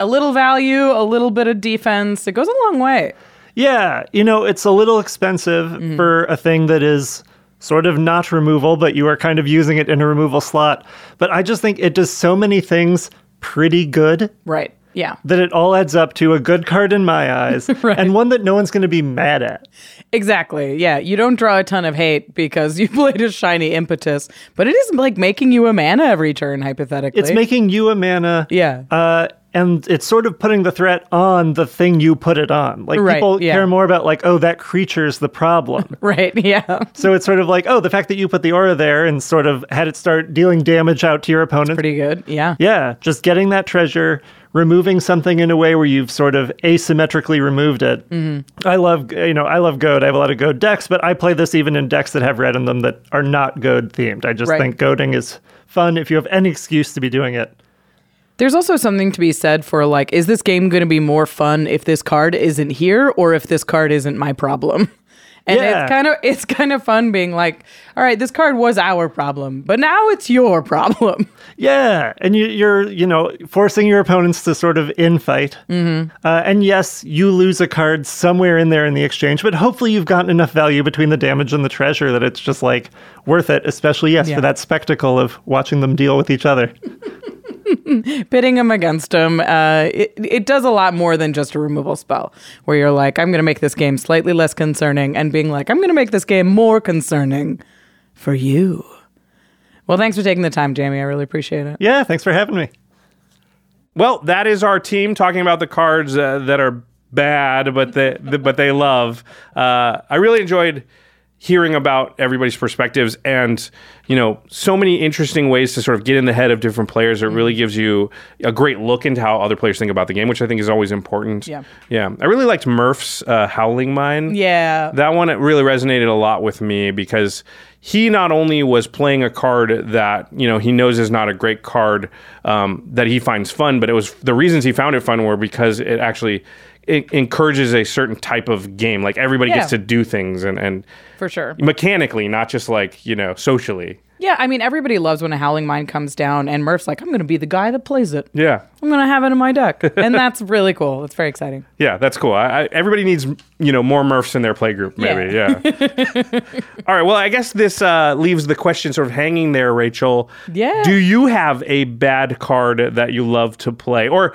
C: a little value, a little bit of defense. It goes a long way.
N: Yeah, you know, it's a little expensive
C: Mm-hmm.
N: for a thing that is sort of not removal, but you are kind of using it in a removal slot. But I just think it does so many things pretty good
C: Right. Yeah.
N: that it all adds up to a good card in my eyes and one that no one's going to be mad at.
C: Exactly. Yeah. You don't draw a ton of hate because you played a shiny impetus, but it is like making you a mana every turn, hypothetically.
N: It's making you a mana.
C: Yeah.
N: Uh, and it's sort of putting the threat on the thing you put it on. Like
C: Right,
N: people
C: yeah.
N: care more about like, oh, that creature's the problem.
C: Right. Yeah.
N: So it's sort of like, oh, the fact that you put the aura there and sort of had it start dealing damage out to your opponent. Pretty
C: good. Yeah.
N: Yeah. Just getting that treasure, removing something in a way where you've sort of asymmetrically removed it.
C: Mhm.
N: I love, you know, I love goad. I have a lot of goad decks, but I play this even in decks that have red in them that are not goad themed. I just
C: Right.
N: think goading is fun if you have any excuse to be doing it.
C: There's also something to be said for like, is this game going to be more fun if this card isn't here or if this card isn't my problem? And
N: Yeah.
C: it's kind of it's kind of fun being like, all right, this card was our problem, but now it's your problem.
N: Yeah, and you, you're you know forcing your opponents to sort of infight.
C: Mhm.
N: Uh, and yes, you lose a card somewhere in there in the exchange, but hopefully you've gotten enough value between the damage and the treasure that it's just like worth it. Especially yes,
C: Yeah.
N: for that spectacle of watching them deal with each other.
C: Pitting them against them, uh, it, it does a lot more than just a removal spell, where you're like, I'm going to make this game slightly less concerning, and being like, I'm going to make this game more concerning for you. Well, thanks for taking the time, Jamie. I really appreciate it.
N: Yeah, thanks for having me.
B: Well, that is our team talking about the cards uh, that are bad, but they th- but they love. Uh, I really enjoyed hearing about everybody's perspectives and you know so many interesting ways to sort of get in the head of different players. It
C: Mm-hmm.
B: really gives you a great look into how other players think about the game, which I think is always important.
C: Yeah.
B: yeah. I really liked Murph's uh, Howling Mine.
C: Yeah.
B: That one it really resonated a lot with me because he not only was playing a card that you know he knows is not a great card um, that he finds fun, but it was the reasons he found it fun were because it actually it encourages a certain type of game. Like everybody
C: Yeah.
B: gets to do things and and
C: For sure.
B: mechanically, not just like you know socially.
C: Yeah, I mean, everybody loves when a Howling Mind comes down, and Murph's like, I'm going to be the guy that plays it.
B: Yeah.
C: I'm going to have it in my deck. and that's really cool. It's very exciting.
B: Yeah, that's cool. I, I, everybody needs you know more Murphs in their playgroup, maybe. Yeah. All right. Well, I guess this uh, leaves the question sort of hanging there, Rachel.
C: Yeah.
B: Do you have a bad card that you love to play? Or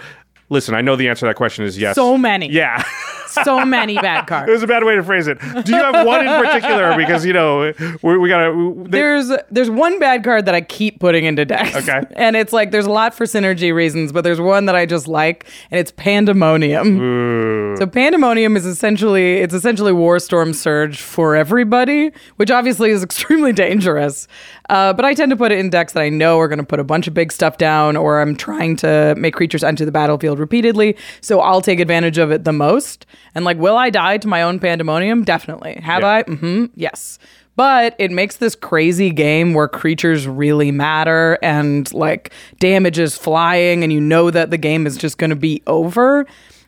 B: listen, I know the answer to that question is yes.
C: So many.
B: Yeah.
C: so many bad cards.
B: It was a bad way to phrase it. Do you have one in particular? Because you know we, we gotta. we- they-
C: there's there's one bad card that I keep putting into decks.
B: Okay.
C: And it's like there's a lot for synergy reasons, but there's one that I just like, and it's Pandemonium. um, So Pandemonium is essentially it's essentially Warstorm Surge for everybody, which obviously is extremely dangerous. Uh, but I tend to put it in decks that I know are going to put a bunch of big stuff down, or I'm trying to make creatures enter the battlefield repeatedly. So I'll take advantage of it the most. And like, will I die to my own Pandemonium? Definitely. Have
O: Yeah.
C: I? Mm-hmm. Yes. But it makes this crazy game where creatures really matter and like damage is flying, and you know that the game is just going to be over.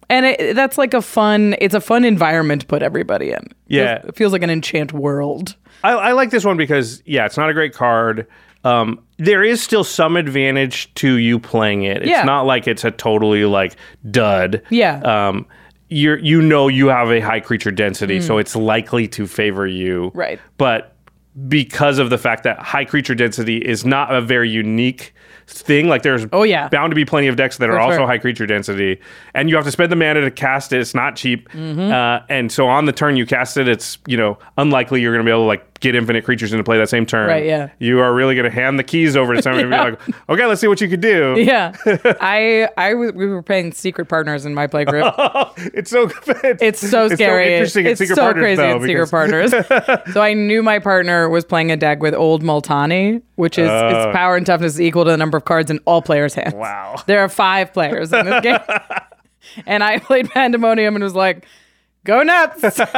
C: And it, that's like a fun, it's a fun environment to put everybody in.
B: Yeah.
C: It feels, it feels like an enchant world.
B: I, I like this one because yeah, it's not a great card. Um, there is still some advantage to you playing it. It's
C: Yeah.
B: not like it's a totally like dud.
C: Yeah.
B: Um, you you know you have a high creature density,
C: Mm.
B: so it's likely to favor you.
C: Right.
B: But because of the fact that high creature density is not a very unique thing, like there's oh
C: yeah
B: bound to be plenty of decks that
C: For
B: are also
C: sure.
B: high creature density, and you have to spend the mana to cast it. It's not cheap,
C: Mhm.
B: uh, and so on the turn you cast it, it's you know unlikely you're going to be able to like get infinite creatures into play that same turn.
C: Right, yeah.
B: You are really going to hand the keys over to somebody
C: Yeah.
B: and be like, okay, let's see what you could do.
C: Yeah. I, I, w- we were playing Secret Partners in my playgroup.
B: it's so, Oh. it's,
C: so
B: it's so
C: scary.
B: interesting at
C: It's
B: Secret
C: so
B: Partners,
C: crazy
B: though,
C: at Secret
B: because-
C: Partners. so I knew my partner was playing a deck with Old Multani, which is
B: Oh.
C: its power and toughness is equal to the number of cards in all players' hands.
B: Wow.
C: There are five players in this game. and I played Pandemonium and was like, go nuts.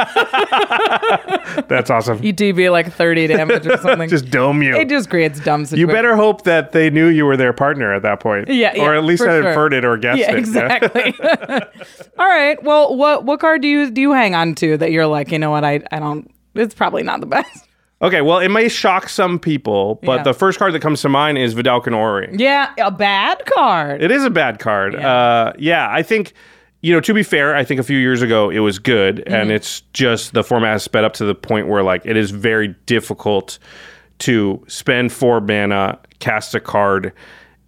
B: That's awesome.
C: you DB like 30 damage or something.
B: Just dome you.
C: It just creates dumb situations.
B: You better hope that they knew you were their partner at that point.
C: Yeah, yeah,
B: or at least
C: for
B: had
C: sure.
B: inferred it or guessed
C: Yeah,
B: it.
C: exactly. All right. Well, what what card do you do you hang on to that you're like, you know what, I I don't it's probably not the best.
B: okay, well, it may shock some people, but
C: Yeah.
B: the first card that comes to mind is Vidalcan Ori.
C: Yeah, a bad card.
B: It is a bad card. Yeah. Uh, yeah, I think, you know, to be fair, I think a few years ago it was good, and
C: Mhm.
B: it's just the format has sped up to the point where, like, it is very difficult to spend four mana, cast a card,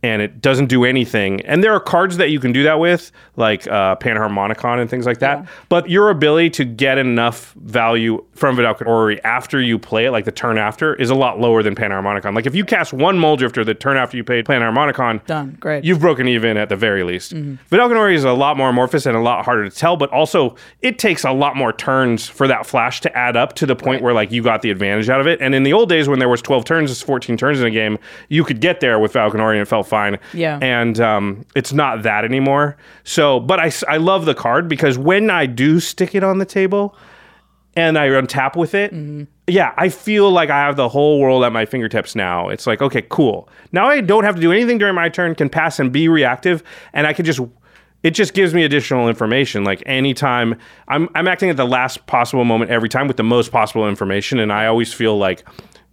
B: and it doesn't do anything. And there are cards that you can do that with, like uh, Panharmonicon and things like that. But your ability to get enough value from Vidalcan Orrery after you play it, like the turn after, is a lot lower than Panharmonicon. Like if you cast one Moldrifter the turn after you played Panharmonicon,
C: Done. Great.
B: You've broken even at the very least.
C: Mhm.
B: Vidalcan Ori is a lot more amorphous and a lot harder to tell, but also it takes a lot more turns for that flash to add up to the point where like you got the advantage out of it. And in the old days when there was 12 turns, 14 turns in a game, you could get there with Falcon Ori and it felt fine.
C: Yeah.
B: And um, it's not that anymore. So, but I, s- I love the card because when I do stick it on the table and I untap with it,
C: Mm-hmm.
B: yeah, I feel like I have the whole world at my fingertips now. It's like, okay, cool. Now I don't have to do anything during my turn, can pass and be reactive, and I can just it just gives me additional information. Like anytime I'm I'm acting at the last possible moment every time with the most possible information, and I always feel like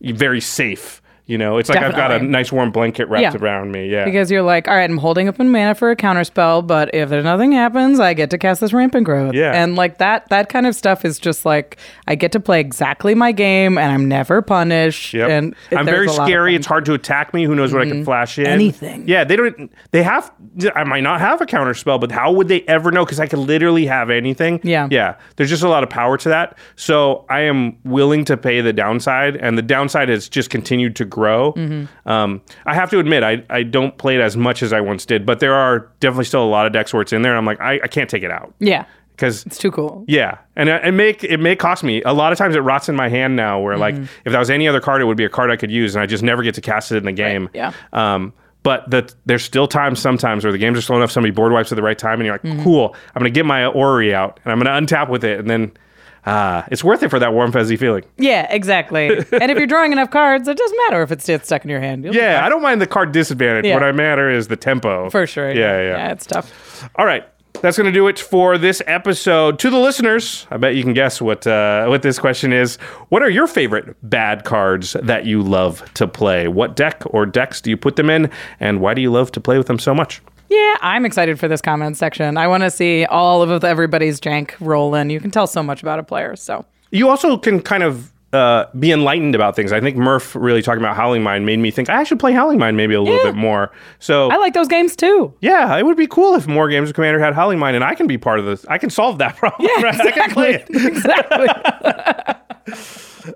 B: very safe. You know, it's like I've got a
C: Definitely.
B: nice warm blanket wrapped
C: Yeah.
B: around me. Yeah.
C: Because you're like, all right, I'm holding up in mana for a counterspell, but if there's nothing happens, I get to cast this rampant growth.
B: Yeah.
C: And like that that kind of stuff is just like I get to play exactly my game and I'm never punished.
B: Yep.
C: And
B: I'm
C: there's
B: very
C: a lot of Mm-hmm.
B: scary. It's hard to attack me. Who knows what I can flash in?
C: Anything.
B: Yeah, they don't. They have. I might not have a counter spell, but how would they ever know? Because I could literally have anything.
C: Yeah.
B: Yeah. There's just a lot of power to that. So I am willing to pay the downside, and the downside has just continued to
P: Mhm.
B: grow.
C: Mm-hmm.
B: Um, I have to admit, I, I don't play it as much as I once did, but there are definitely still a lot of decks where it's in there, and I'm like, I, I can't take it out
C: Yeah.
B: because
C: It's too cool.
B: yeah, and it it make it may cost me. A lot of times it rots in my hand now. Where like
C: Mhm.
B: if that was any other card, it would be a card I could use, and I just never get to cast it in the game.
C: yeah.
B: Um, but the, there's still times sometimes where the games are slow enough, somebody board wipes at the right time, and you're like,
C: Mhm.
B: cool, I'm gonna get my Ori out, and I'm gonna untap with it, and then uh, it's worth it for that warm fuzzy feeling.
C: Yeah, exactly. and if you're drawing enough cards, it doesn't matter if it's it's stuck in your hand. You'll be
B: yeah,
C: fine.
B: I don't mind the card disadvantage.
C: Yeah.
B: What I matter is the tempo.
C: For sure.
B: Yeah, yeah.
C: Yeah, it's tough.
B: All right. That's going to do it for this episode. To the listeners, I bet you can guess what uh, what this question is. What are your favorite bad cards that you love to play? What deck or decks do you put them in, and why do you love to play with them so much?
C: Yeah, I'm excited for this comment section. I want to see all of everybody's jank roll in. You can tell so much about a player. So
B: You also can kind of uh, be enlightened about things. I think Murph really talking about Howling Mind made me think I should play Howling Mind maybe a little bit more. So
C: I like those games too.
B: Yeah, it would be cool if more games of Commander had Howling Mind, and I can be part of this. I can solve that problem. right? I can play it.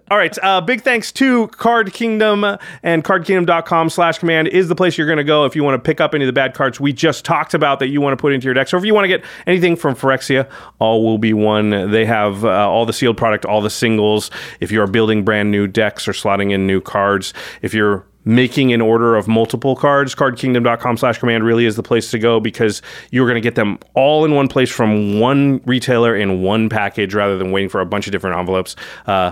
B: All right. Uh, big thanks to Card Kingdom and cardkingdom.com slash command is the place you're going to go if you want to pick up any of the bad cards we just talked about that you want to put into your deck. So if you want to get anything from Phyrexia, all will be one. They have uh, all the sealed product, all the singles. If you are building brand new decks or slotting in new cards, if you're making an order of multiple cards cardkingdom.com slash command really is the place to go because you're going to get them all in one place from one retailer in one package rather than waiting for a bunch of different envelopes uh,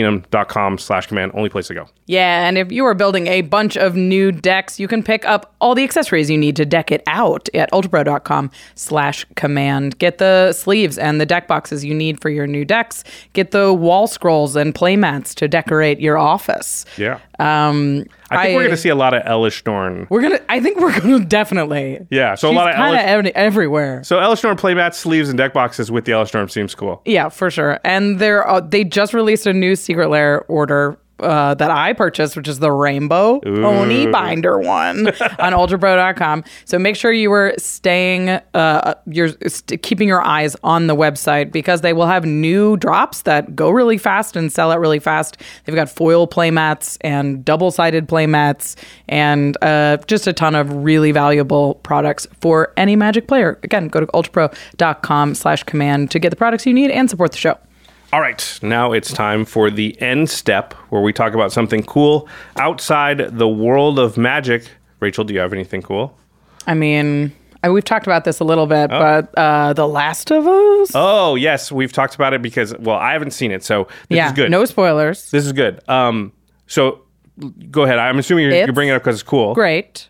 B: cardkingdom.com slash command only place to go
C: Yeah, and if you are building a bunch of new decks, you can pick up all the accessories you need to deck it out at ultrapro.com slash command. Get the sleeves and the deck boxes you need for your new decks. Get the wall scrolls and playmats to decorate your office.
B: yeah
C: Um,
B: i think we're going to see a lot of elishnorn
C: We're gonna. I think we're gonna definitely.
B: yeah so a
C: She's
B: lot of
C: kinda
B: Elish-
C: ev- everywhere.
B: so elishnorn playmats sleeves and deck boxes with the elishnorn seems cool
C: Yeah, for sure. And they're uh, they just released a new Secret Lair order uh, that I purchased, which is the Rainbow
Q: Ooh.
C: Pony Binder one on ultrapro.com. So make sure you are staying, uh, you're st- keeping your eyes on the website because they will have new drops that go really fast and sell out really fast. They've got foil playmats and double sided playmats and uh, just a ton of really valuable products for any Magic player. Again, go to ultrapro.com slash command to get the products you need and support the show.
B: All right, now it's time for the end step where we talk about something cool outside the world of magic. Rachel, do you have anything cool?
C: I mean, I, we've talked about this a little bit, but uh, The Last of Us?
B: Oh, yes, we've talked about it because, well, I haven't seen it, so this
C: yeah,
B: is good.
C: no spoilers.
B: This is good. Um, so go ahead. I'm assuming you're, you're
C: It's
B: bringing it up because it's cool.
C: Great.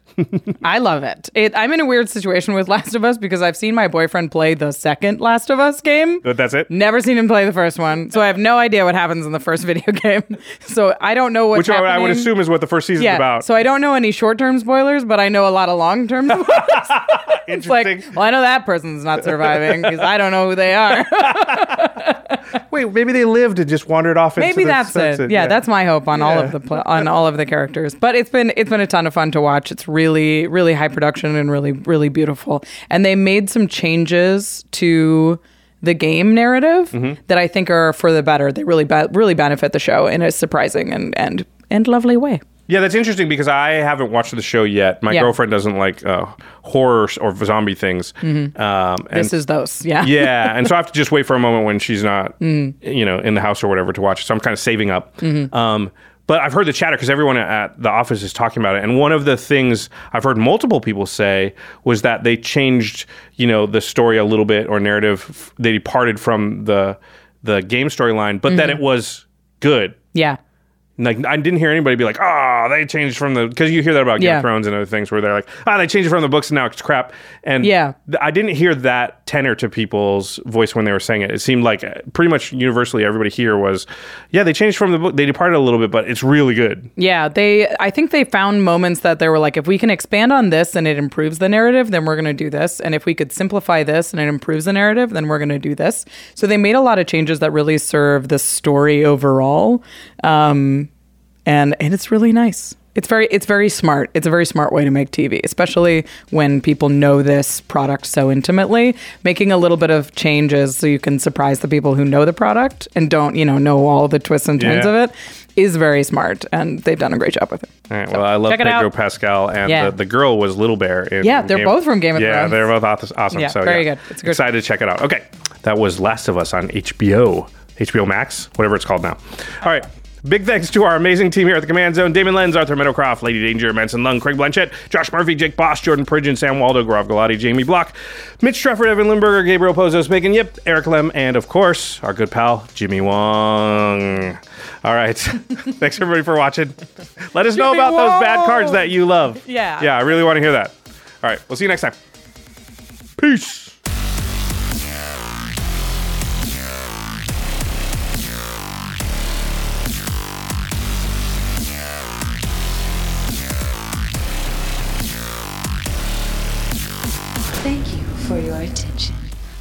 C: I love it. it. I'm in a weird situation with Last of Us because I've seen my boyfriend play the second Last of Us game.
B: But that's it?
C: Never seen him play the first one, so I have no idea what happens in the first video game. So I don't know what's
B: Which I, would- I would
C: happening.
B: assume is what the first season's
C: yeah,
B: about.
C: So I don't know any short-term spoilers, but I know a lot of long-term spoilers. it's like, well, I know that person's not surviving because I don't know who they are.
B: Wait, maybe they lived and just wandered off. into
C: Maybe
B: the
C: that's
B: sunset,
C: it. Yeah,
B: yeah.
C: that's my hope on all
B: Yeah.
C: of the pl- on all of the characters. But it's been it's been a ton of fun to watch. It's really really high production and really really beautiful. And they made some changes to the game narrative
B: Mm-hmm.
Q: Mhm.
C: that I think are for the better. They really be- really benefit the show in a surprising and and and lovely way.
B: Yeah, that's interesting because I haven't watched the show yet. My
C: Yeah.
B: girlfriend doesn't like uh, horror or zombie things.
C: Mhm.
B: Um, and-
C: this is those. Yeah.
B: yeah, and so I have to just wait for a moment when she's not, Mm. you know, in the house or whatever to watch it. So I'm kind of saving up.
C: Mhm.
B: Um, but I've heard the chatter because everyone at the office is talking about it. And one of the things I've heard multiple people say was that they changed, you know, the story a little bit or narrative. f- They departed from the the game storyline, but that
C: Mhm.
B: it was good.
C: Yeah.
B: Like I didn't hear anybody be like, "Ah, they changed from the," because you hear that about Game
C: Yeah.
B: of Thrones and other things where they're like, "Ah, they changed it from the books and now it's crap." And
C: Yeah.
B: th- I didn't hear that tenor to people's voice when they were saying it. It seemed like uh, pretty much universally everybody here was, "Yeah, they changed from the book. They departed a little bit, but it's really good."
C: Yeah, they I think they found moments that they were like if we can expand on this and it improves the narrative, then we're going to do this, and if we could simplify this and it improves the narrative, then we're going to do this. So they made a lot of changes that really serve the story overall. Um and and it's really nice. It's very it's very smart. It's a very smart way to make TV, especially when people know this product so intimately. Making a little bit of changes so you can surprise the people who know the product and don't, you know, know all the twists and turns
B: Yeah.
C: of it is very smart, and they've done a great job with it.
B: All right. well, I love
C: check it
B: Pedro
C: out.
B: Pascal and
C: Yeah.
B: the, the girl was Little Bear. In
C: Yeah, they're both from Game of
B: yeah,
C: Thrones.
B: they're both awes- awesome.
C: Yeah,
B: so,
C: very
B: yeah.
C: good. It's a good-
B: Excited to check it out. Okay, that was Last of Us on HBO, HBO Max, whatever it's called now. All right. Big thanks to our amazing team here at the Command Zone Damon Lenz, Arthur Meadowcroft, Lady Danger, Manson Lung, Craig Blanchett, Josh Murphy, Jake Bosch, Jordan Pridgeon, Sam Waldo, Gaurav Galati, Jamie Block, Mitch Trefford, Evan Limburger, Gabriel Pozos, Megan Yip, Eric Lem, and of course, our good pal, Jimmy Wong. All right. thanks everybody for watching. Let us know
C: Jimmy
B: about those bad
C: Wong!
B: cards that you love.
C: Yeah.
B: Yeah, I really want to hear that. All right, we'll see you next time. Peace.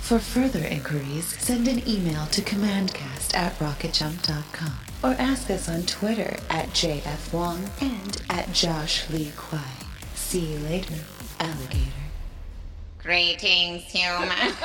A: For further inquiries, send an email to commandcast at rocketjump.com or ask us on Twitter at JF Wong and at Josh Lee Kwai. See you later, alligator.
R: Greetings, humans.